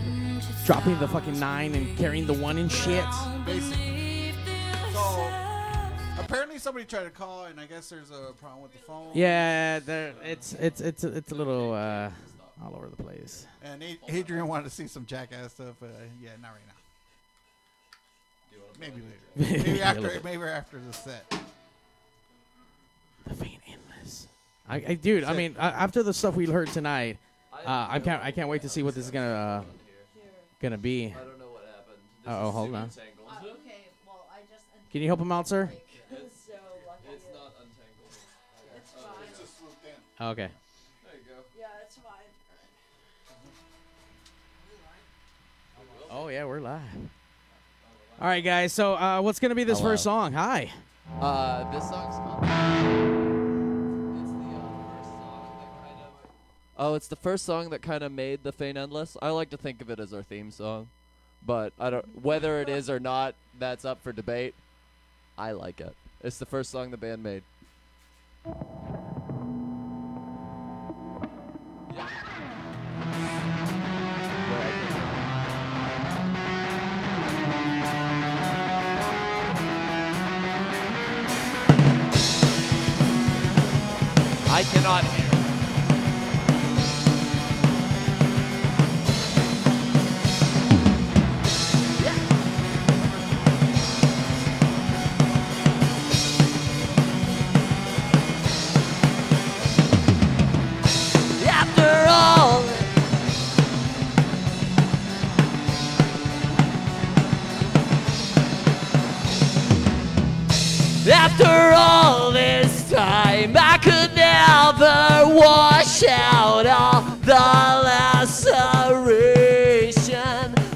dropping the fucking nine and carrying the one and shit. Basically. So, apparently somebody tried to call, and I guess there's a problem with the phone. Yeah, there, it's it's it's it's a little uh, all over the place. And A- Adrian wanted to see some jackass stuff, but uh, yeah, not right now. Maybe (laughs) later. Maybe Yeah, after. later. Maybe after the set. I, I dude, I mean, uh, after the stuff we heard tonight, uh, I can't I can't wait to see what this is gonna uh, gonna be. I don't know what happened. Oh, hold on. Uh, okay, well, I just. Can you help him out, sir? (laughs) It's so lucky. It's not untangled. It's fine. Oh, Okay. There you go. Yeah, it's fine. Oh yeah, we're live. All right, guys. So, uh, what's gonna be this Hello. first song? Hi. Uh, this song's called. Oh, it's the first song that kind of made the Fane endless. I like to think of it as our theme song, but I don't whether it is or not. That's up for debate. I like it. It's the first song the band made. I cannot hear. After all, After all this time, I could never wash out all the laceration.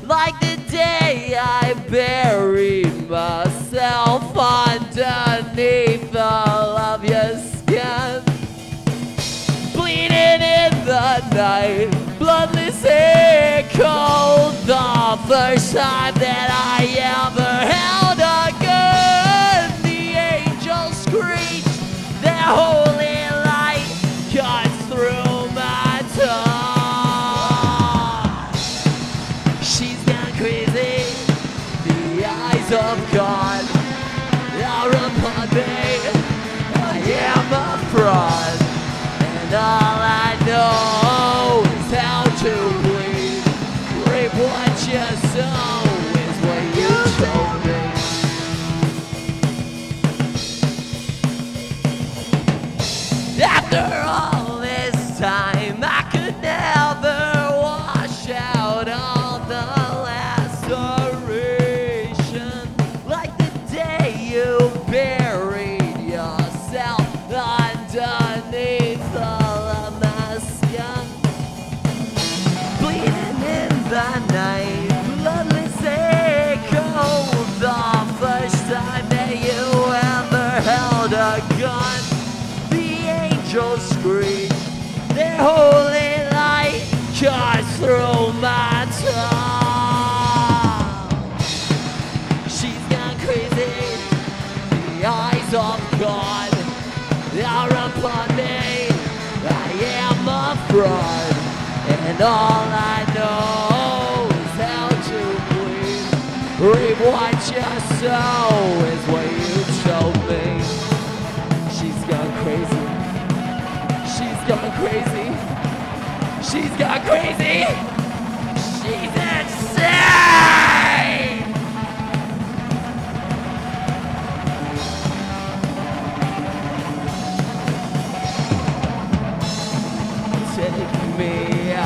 like the day I buried myself underneath all of your skin, bleeding in the night, bloodless echo. The first time that I ever held a gun, the angels screeched their holy light cuts through my tongue. She's gone crazy. The eyes of God are upon me. I am a fraud. And all I know is how to bleed. Reap what you sow is what you told me. After all this time, I could never wash out all the laceration. Like the day you buried yourself underneath all of my skin. Bleeding in the night, bloodless echo. The first time that you ever held a gun, the angels screech. Their holy light shines through my tongue. She's gone crazy. The eyes of God are upon me. I am a fraud. And all I know is how to breathe. Reap what you sow is what you show me. She's gone crazy. She's gone crazy. She's gone crazy. She's insane. Take me, I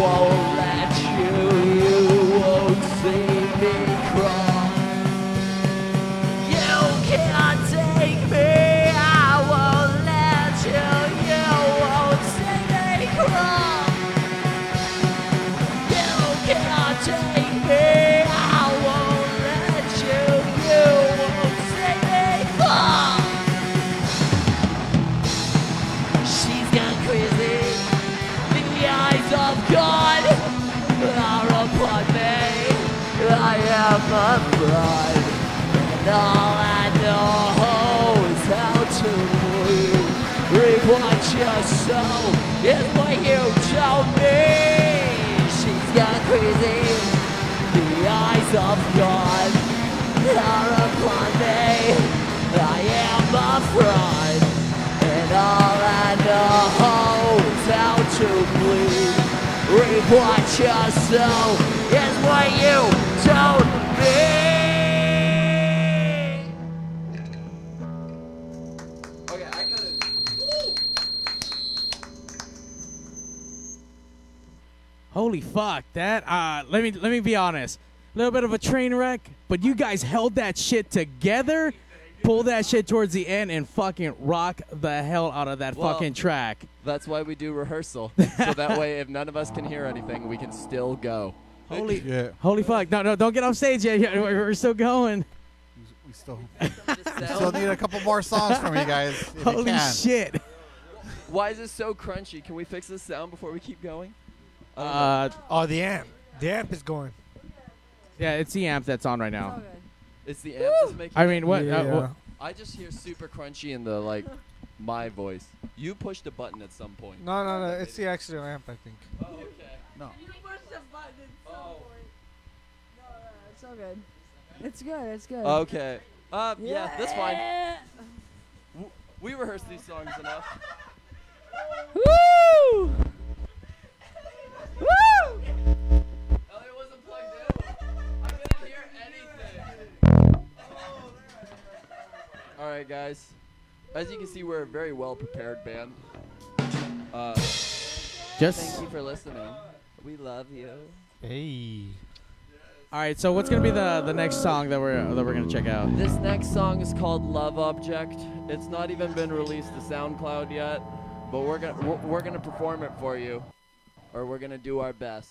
won't let you, you won't see me cry. You can't take me, I won't let you, you won't see me cry. You can't take me, I won't let you, you won't see me cry. She's gone crazy. The eyes of God are upon me. I I am afraid. And all I know is how to bleed. Rewatch yourself is what you told me. She's gone crazy. The eyes of God are upon me. I am afraid. And all I know is how to bleed. Rewatch yourself is what you told me. Holy fuck! That uh, let me let me be honest. A little bit of a train wreck, but you guys held that shit together, pulled that shit towards the end, and fucking rock the hell out of that Well, fucking track. That's why we (laughs) do rehearsal. so that way, if none of us can hear anything, we can still go. Holy, holy fuck! No, no, don't get off stage yet. We're, we're still going. We still, we still need a couple more songs from you guys. if (laughs) you Holy can. shit! Why is this so crunchy? Can we fix this sound before we keep going? Uh, oh, the amp. The amp is going. Yeah, it's the amp that's on right now. It's the amp that's making. I it- mean, what- uh, Yeah. what- I just hear super crunchy in the like my voice. You pushed a button at some point. No, no, no. It's the accident amp, I think. Oh, okay. No. You pushed the button. It's so boring. No, no, no, it's so good. It's good. It's good. Okay. Uh, yeah, that's fine. Yeah. W- We rehearsed these songs enough. Woo! Woo! All right, guys. As you can see, we're a very well prepared band. Uh, Just- thank you for listening. We love you. Hey. All right, so what's gonna be the the next song that we're that we're gonna check out? This next song is called Love Object. It's not even been released to SoundCloud yet, but we're gonna we're, we're gonna perform it for you, or we're gonna do our best.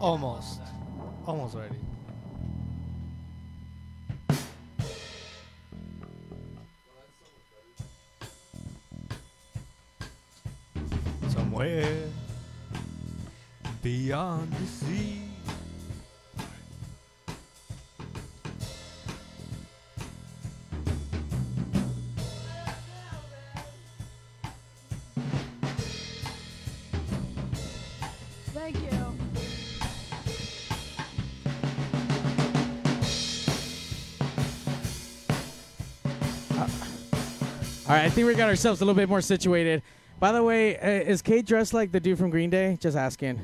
Almost. Almost ready. Somewhere beyond the sea. Thank you. All right, I think we got ourselves a little bit more situated. By the way, uh, is Kate dressed like the dude from Green Day? Just asking.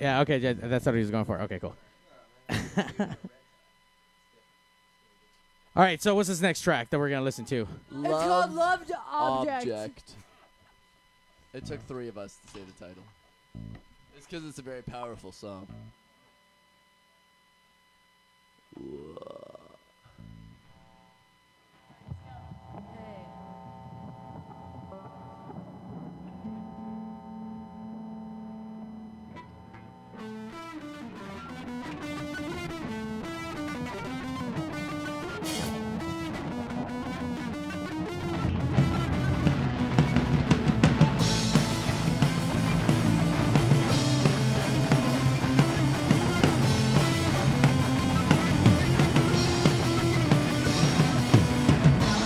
Yeah, okay, yeah, that's what he was going for. Okay, cool. (laughs) All right, so what's this next track that we're gonna listen to? It's called Loved Object. It took three of us to say the title. It's because it's a very powerful song.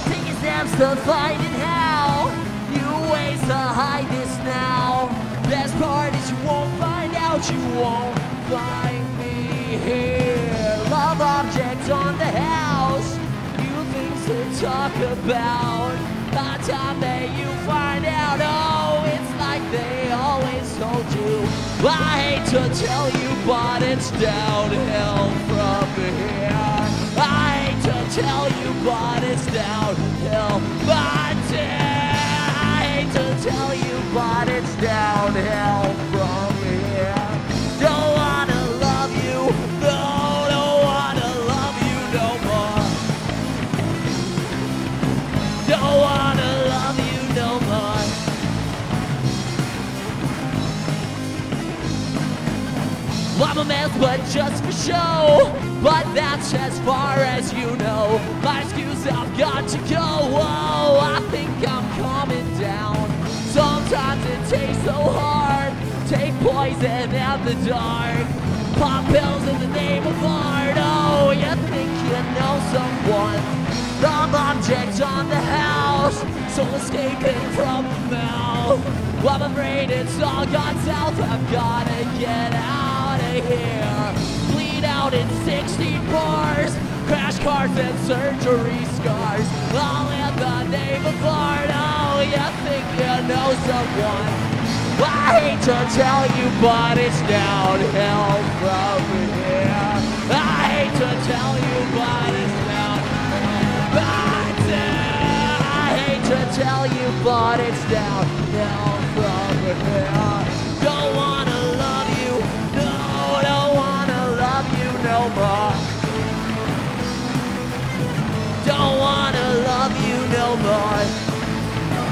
Taking steps to fight in hell. New ways to hide this now. Best part is you won't find out. You won't find me here. Love objects on the house. New things to talk about. By the time that you find out, oh, it's like they always told you. I hate to tell you, but it's downhill from here. I hate to tell you, but it's downhill. But I hate to tell you, but it's downhill from here. Don't wanna love you, no, don't wanna love you no more. Don't wanna love you no more. I'm a mess, but just for show. But that's as far as you know. My excuse, I've got to go. Whoa, I think I'm coming down. Sometimes it tastes so hard. Take poison at the dark. Pop pills in the name of art. Oh, you think you know someone. I'm object on the house. So escaping from the mouth. I'm afraid it's all gone south. I've gotta get out of here. Bleed out in 60 bars. Crash cars and surgery scars. All in the name of art. Oh, you think you know someone. I hate to tell you, but it's downhill from here. I hate to tell you, but it's downhill. But I hate to tell you, but it's downhill from here. Don't wanna love you, no, don't wanna love you no more. Don't wanna love you no more.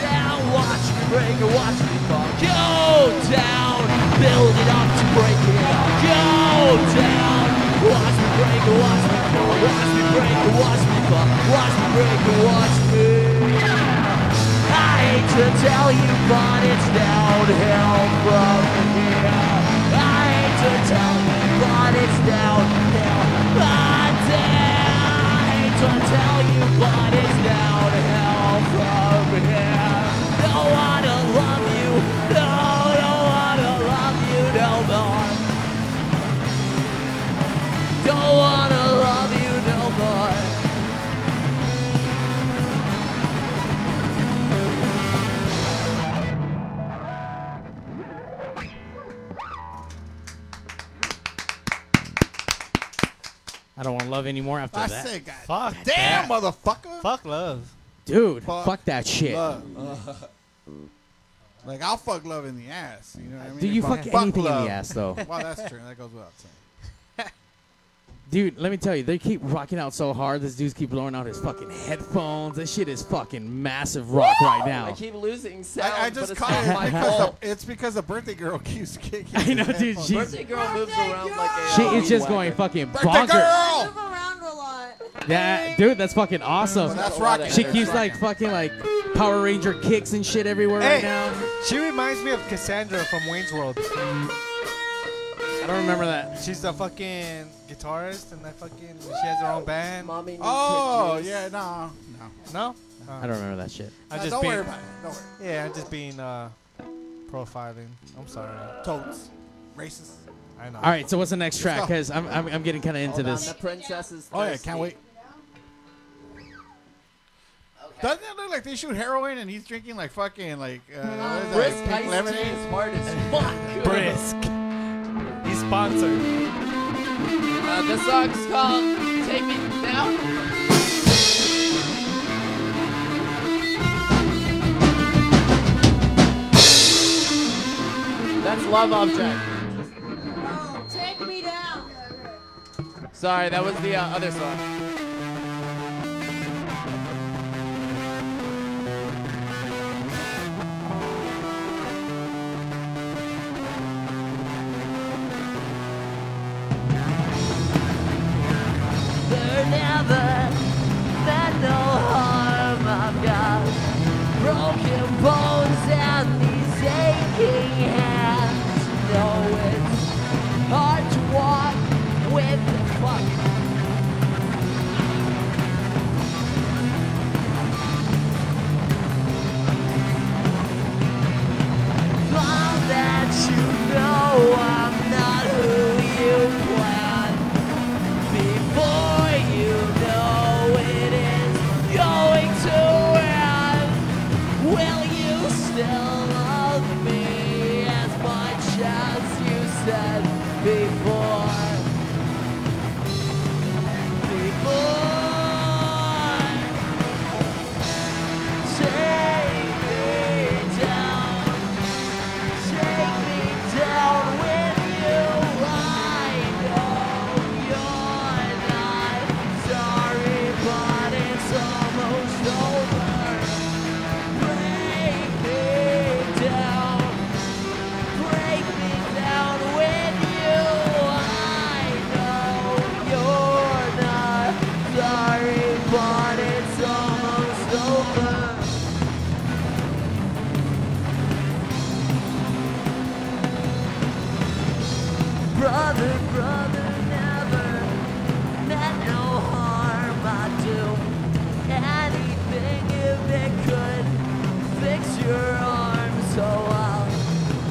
down, watch me break it, watch me fall. Go down, build it up to break it up. Go down, watch me break it, watch me fall. Watch me break it, watch me fall. Watch me break it, watch me. I hate to tell you, but it's downhill from here. I hate to tell you, but it's downhill. But I hate to tell you, but it's downhill from here. Don't wanna love you, no, don't wanna love you no more. Don't wanna love you no more. I don't want to love anymore after I that. said, God Fuck damn, motherfucker. Fuck love. Dude, fuck that shit. love. (laughs) like I'll fuck love in the ass. You know what I mean? Dude, you If I fuck anything in the ass, though. well, that's true. That goes without saying. Dude, let me tell you, they keep rocking out so hard. This dude's keep blowing out his fucking headphones. This shit is fucking massive rock right I now. keep losing sound. I, I but just it's caught not it my because fault. the, (laughs) it's because the birthday girl (laughs) keeps kicking. I know, dude, his headphones. she's- Birthday girl moves around like a. Shit is just weed going fucking Birthday bonkers. Move around a lot. Yeah, dude, that's fucking awesome. That's rocking. She That's keeps like fucking like Power Ranger kicks and shit everywhere right now. she reminds me of Cassandra from Wayne's World. I don't remember that. She's the fucking guitarist and that fucking. She has her own band. Mommy Oh yeah, no, no, no. I don't remember that shit. I No, just don't being, worry about it. Don't worry. Yeah, I'm just being uh, profiling. I'm sorry. Totes. Racist. I know. All right, so what's the next Let's track? go. Because I'm, I'm, I'm getting kind of into Hold on, this. The princess is. Oh yeah, thirsty. can't wait. Doesn't that look like they shoot heroin and he's drinking like fucking like uh, what is that, Brisk pink iced tea lemonade? is hard as fuck. Brisk. He's sponsored. Uh, the song's called "Take Me Down." That's Love Object. Take me down. Sorry, that was the uh, other song. There never been no harm I've got broken bones and these aching hands. No, it's hard to walk with the fucking. All that you know, I'm not who you planned. Before you know it is going to end, will you still love me as much as you said before? Before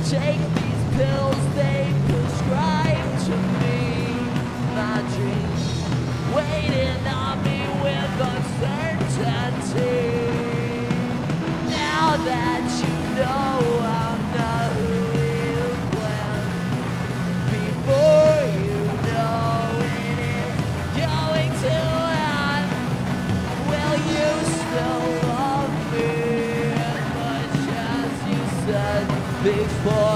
take these pills they prescribe to me. My dreams waiting on me with uncertainty. Now that you know I'm not who you were, before you know it is going to end, will you still love me as much as you said before?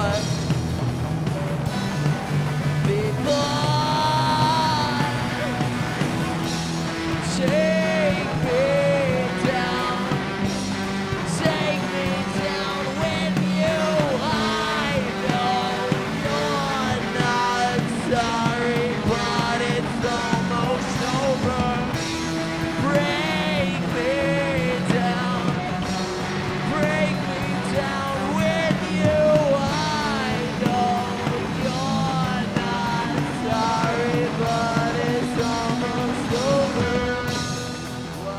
Sorry, but it's almost over.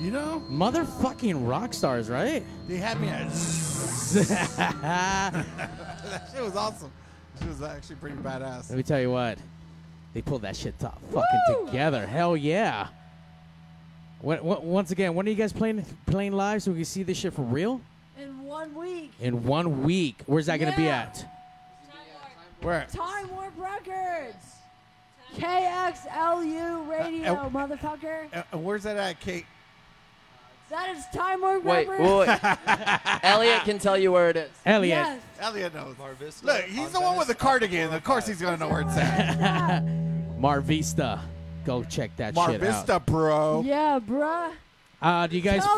You know, motherfucking rock stars, (laughs) right? (laughs) They had me at. that shit was awesome. She was actually pretty badass. Let me tell you what, they pulled that shit top fucking together. Hell yeah! What, what, once again, when are you guys playing playing live so we can see this shit for real? In one week. In one week, where's that gonna be Yeah. at? Where? Time Warp Records. KXLU radio, Uh, uh, motherfucker. Uh, uh, where's that at, Kate? That is Time Warp Wait, Records. wait, (laughs) (laughs) wait. Elliot can tell you where it is. Elliot. Yes. Elliot knows. Look, he's the one with the cardigan. Of course, he's gonna know where (laughs) it's at. Mar Vista. Go check that Mar shit Vista, out. bro. Yeah, bruh. Uh, do you guys? (laughs)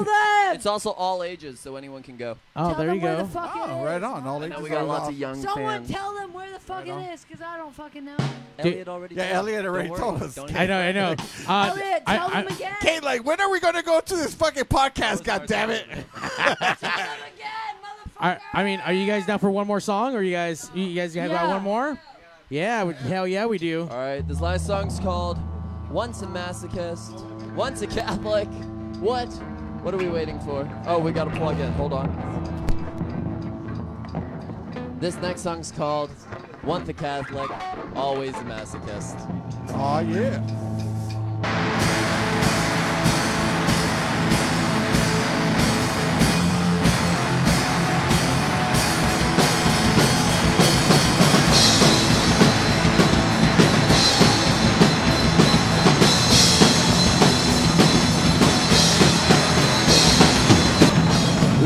It's also all ages, so anyone can go. Oh, there you go. Oh, right on. All I know ages we got are lots off. of young Someone fans. tell them where the fuck it is, because I don't fucking know. Elliot already. Yeah, told- Elliot already Don't told worry, us. don't I know, I (laughs) know. Uh, Elliot, I- tell I- them again. Kate, like, when are we gonna go to this fucking podcast? God damn it! I, I mean, are you guys down for one more song? Or you guys, you guys have got Yeah. one more? Yeah, we, hell yeah, we do. All right, this last song's called "Once a Masochist, Once a Catholic." What? What are we waiting for? Oh, we got to plug in. Hold on. This next song's called "Once a Catholic, Always a Masochist." Oh yeah.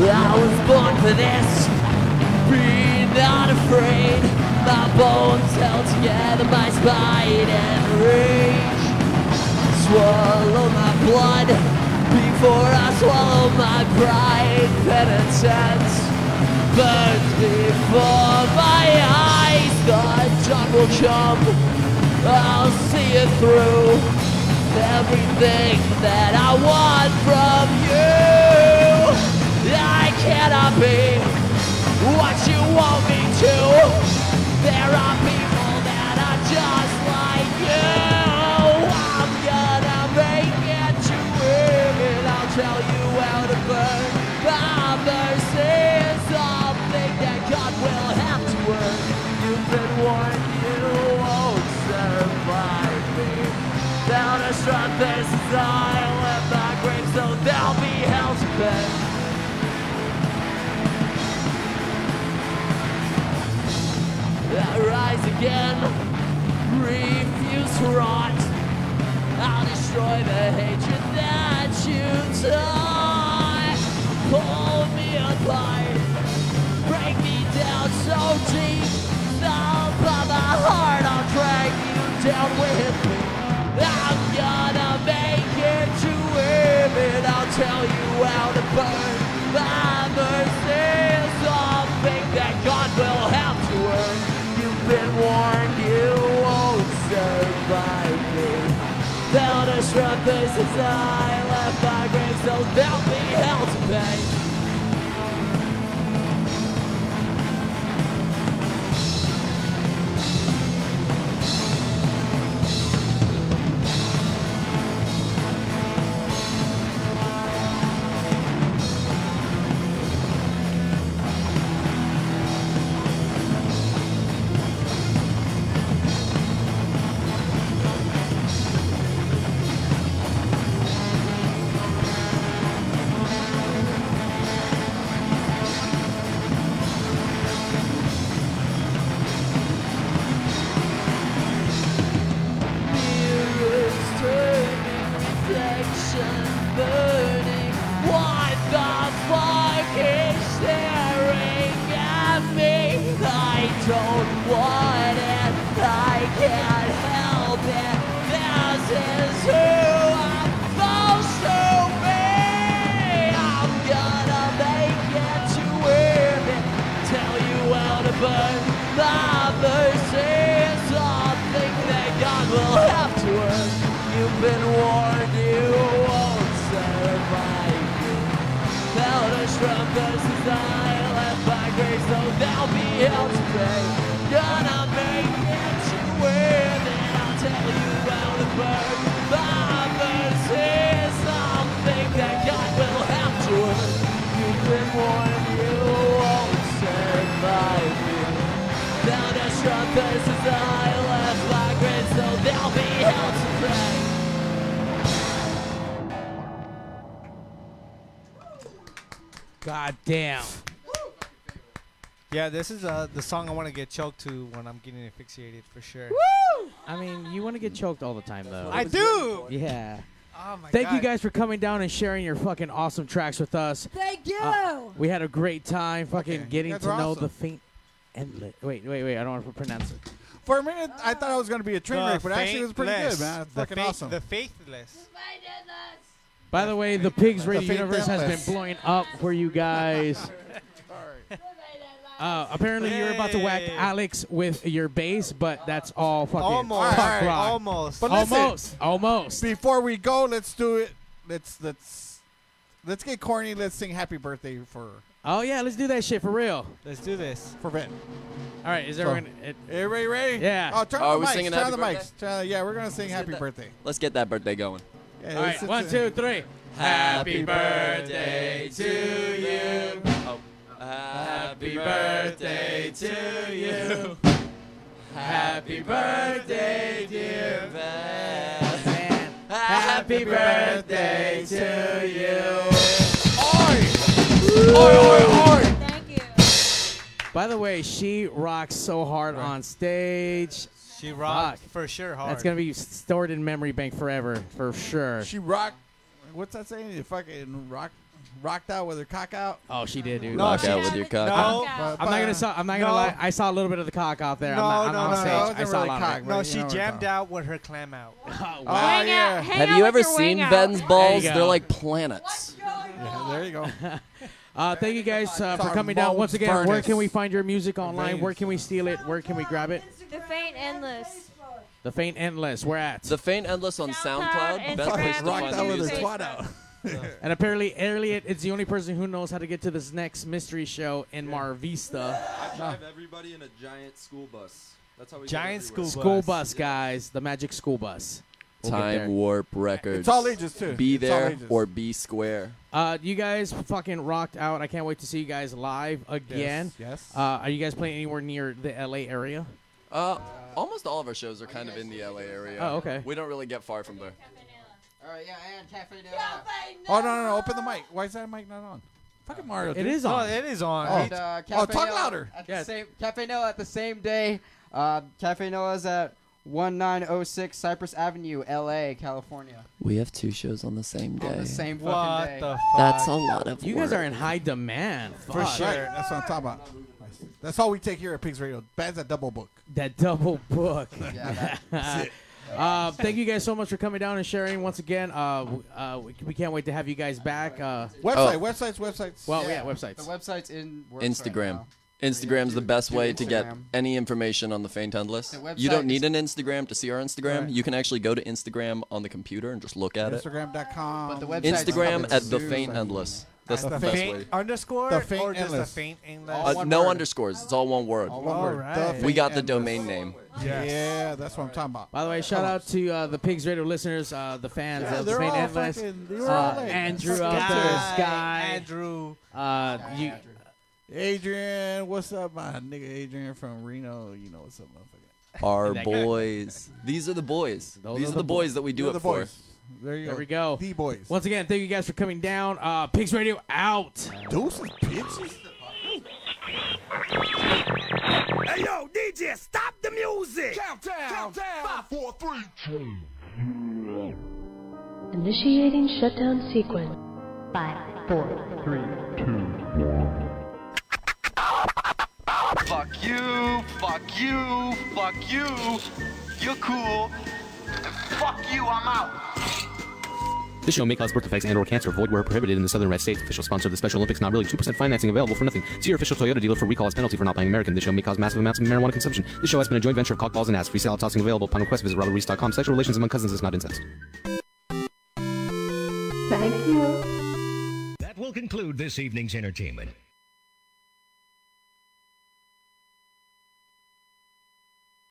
I was born for this. Be not afraid. My bones held together, my spine and rage. Swallow my blood before I swallow my pride. Penitence burns before my eyes. God, John will jump. I'll see it through. Everything that I want from you. I cannot be what you want me to. There are people that are just like you. I'm gonna make it to him and I'll tell you how to burn. My mercy is something that God will have to earn. You've been warned you won't survive me. Down a strut this style at my grave, so there'll be hell to pay. I rise again, refuse to rot. I'll destroy the hatred that you taught. Pull me apart, break me down so deep. Now by my heart, I'll drag you down with me. I'm gonna make it to him, and I'll tell you how to burn. My mercy is something that God will have to earn. You've been warned, you won't survive me. They'll disrupt this as I left my grave, so there'll be hell to pay. Mirrors turning, reflection burning. Why the fuck is staring at me? I don't want it. I can't help it. This is who I'm supposed to be. I'm gonna make it to where it tell you how to burn. My mercy is something that God will have to earn. You've been warned, you won't survive. Thou disruptors as I left by grace, so thou be held to pay. Gonna make it to where then I'll tell you how to burn. My mercy is something that God will have to earn. You've been warned, you won't survive. Thou disruptors as I left by grace, so thou be held to pay. God damn. Yeah, this is uh, the song I want to get choked to when I'm getting asphyxiated for sure. I mean, you want to get choked all the time, though. I do. Yeah. Oh my Thank you God. guys for coming down and sharing your fucking awesome tracks with us. Uh, Thank you. we had a great time fucking Okay. You getting guys to were know awesome. the faint endlet. Wait, wait, wait. I don't want to pronounce it. For a minute, I thought I was going to be a train The wreck, but actually it was pretty faithless. good, man. It's The fucking faith- awesome. The faithless. By the way, the Pigs Radio faint Universe has endless. been blowing up for you (laughs) guys. Uh, apparently, you're about to whack Alex with your bass, but that's all fucking Almost. punk Alright, rock. almost. But listen. almost, almost. Before we go, let's do it. Let's let's let's get corny. Let's sing happy birthday for Oh yeah, let's do that shit for real. Let's do this for Ben. All right, is everyone? It, Everybody ready? Yeah. Oh, turn Are on the we mics. singing Turn on happy the birthday? mics. Turn on- yeah, we're gonna sing Let's happy get that- birthday. Let's get that birthday going. Yeah, All right, it's- one, it's- two, three. Happy birthday to you. Oh. Happy birthday to (laughs) you. Happy birthday, dear man. Happy birthday to you. By the way, she rocks so hard on stage. She rocked Fuck. for sure hard. That's gonna be stored in memory bank forever, for sure. She rocked. What's that saying? You fucking rock, rocked out with her cock out. oh, she did, dude. No, Rock she- out with your cock. No. I'm not gonna. Saw, I'm not No. gonna lie. I saw a little bit of the cock off there. No, I'm not, I'm no, on no, stage. no, it I wasn't saw really a lot of cock, it. but No, you she know what I'm jammed out with her clam (laughs) out. Oh, yeah. Have you ever seen Ben's balls? There you They're go. like planets. Yeah, there you go. (laughs) Uh, thank you guys uh, for Sorry, coming down Moe's once again. Where furnace. can we find your music online? Where can we steal it? Where can we grab it? The faint endless. The Faint Endless. We're at The Faint Endless on SoundCloud. Instagram, Best place to Rock find that with music. his twat out. (laughs) And apparently, Elliot is the only person who knows how to get to this next mystery show in Mar Vista. I Ah. drive everybody in a giant school bus. That's how we Giant go everywhere. School bus, guys. The magic school bus. We'll get there. Time Warp Records. It's all ages, too. Be It's all there ages. or be square. Uh, you guys fucking rocked out. I can't wait to see you guys live again. Yes, yes. Uh, are you guys playing anywhere near the LA area? Uh, almost all of our shows are kind of in the LA area. Oh, okay. We don't really get far from there. All right, yeah, and Cafe Nella. Oh no no no! Open the mic. Why is that mic not on? Fucking Mario. It dude. is on. Oh, it is on. And, uh, Cafe oh talk Noah louder. At the same, Cafe Noah at the same day. Uh, Cafe Noah's at 1906 Cypress Avenue, LA, California. We have two shows on the same day. On the same fucking day. That's a lot of You guys are in high demand. For Fuck. sure. That's what I'm talking about. That's all we take here at Pigs Radio. That's a double book. That double book. (laughs) (laughs) Yeah, that's it. Uh, thank you guys so much for coming down and sharing once again. Uh, w- uh, we, we can't wait to have you guys back. Uh, Website, Oh, websites, websites. Well, yeah, websites. Oh. The website's in works right Instagram. now. Instagram's the best way to get Instagram. any information on the Faint End list. The You don't website need an Instagram to see our Instagram. Right. You can actually go to Instagram on the computer and just look at it. Instagram.com. But the Instagram at the Faint Endless. That's the, the best faint way. underscore The faint or just endless. the faint endless? Uh, no underscores. It's all one word. All one word. Alright. We got the Faint Endless. domain name. Yeah, that's what I'm talking about. By the way, shout out to uh, the Pigs Radio listeners, uh, the fans Yeah, of the they're Faint all Endless. fucking- they were all Uh, like- Andrew Sky, out there, Sky. Andrew. Uh, you, Adrian, what's up, my nigga Adrian from Reno? You know what's up, motherfucker. (laughs) Our That guy. boys. These are the boys. These are the boys that we do They're it the for. boys. There you There go. we go. The boys. Once again, thank you guys for coming down. Uh, Pigs Radio out. Doses, bitches. Hey yo, DJ, stop the music! Countdown! Countdown! Five, four, three, two. Initiating shutdown sequence. Five, four, Three, two, one. Fuck you, fuck you, fuck you. You're cool. Fuck you, I'm out. This show may cause birth defects and/or cancer. Void where prohibited in the southern Red States. Official sponsor of the Special Olympics. Not really. Two percent financing available for nothing. See your official Toyota dealer for recall as penalty for not buying American. This show may cause massive amounts of marijuana consumption. This show has been a joint venture of cockballs and ass. Free salad tossing available upon request. Visit robertreese.com. Sexual relations among cousins is not incest. Thank you. That will conclude this evening's entertainment.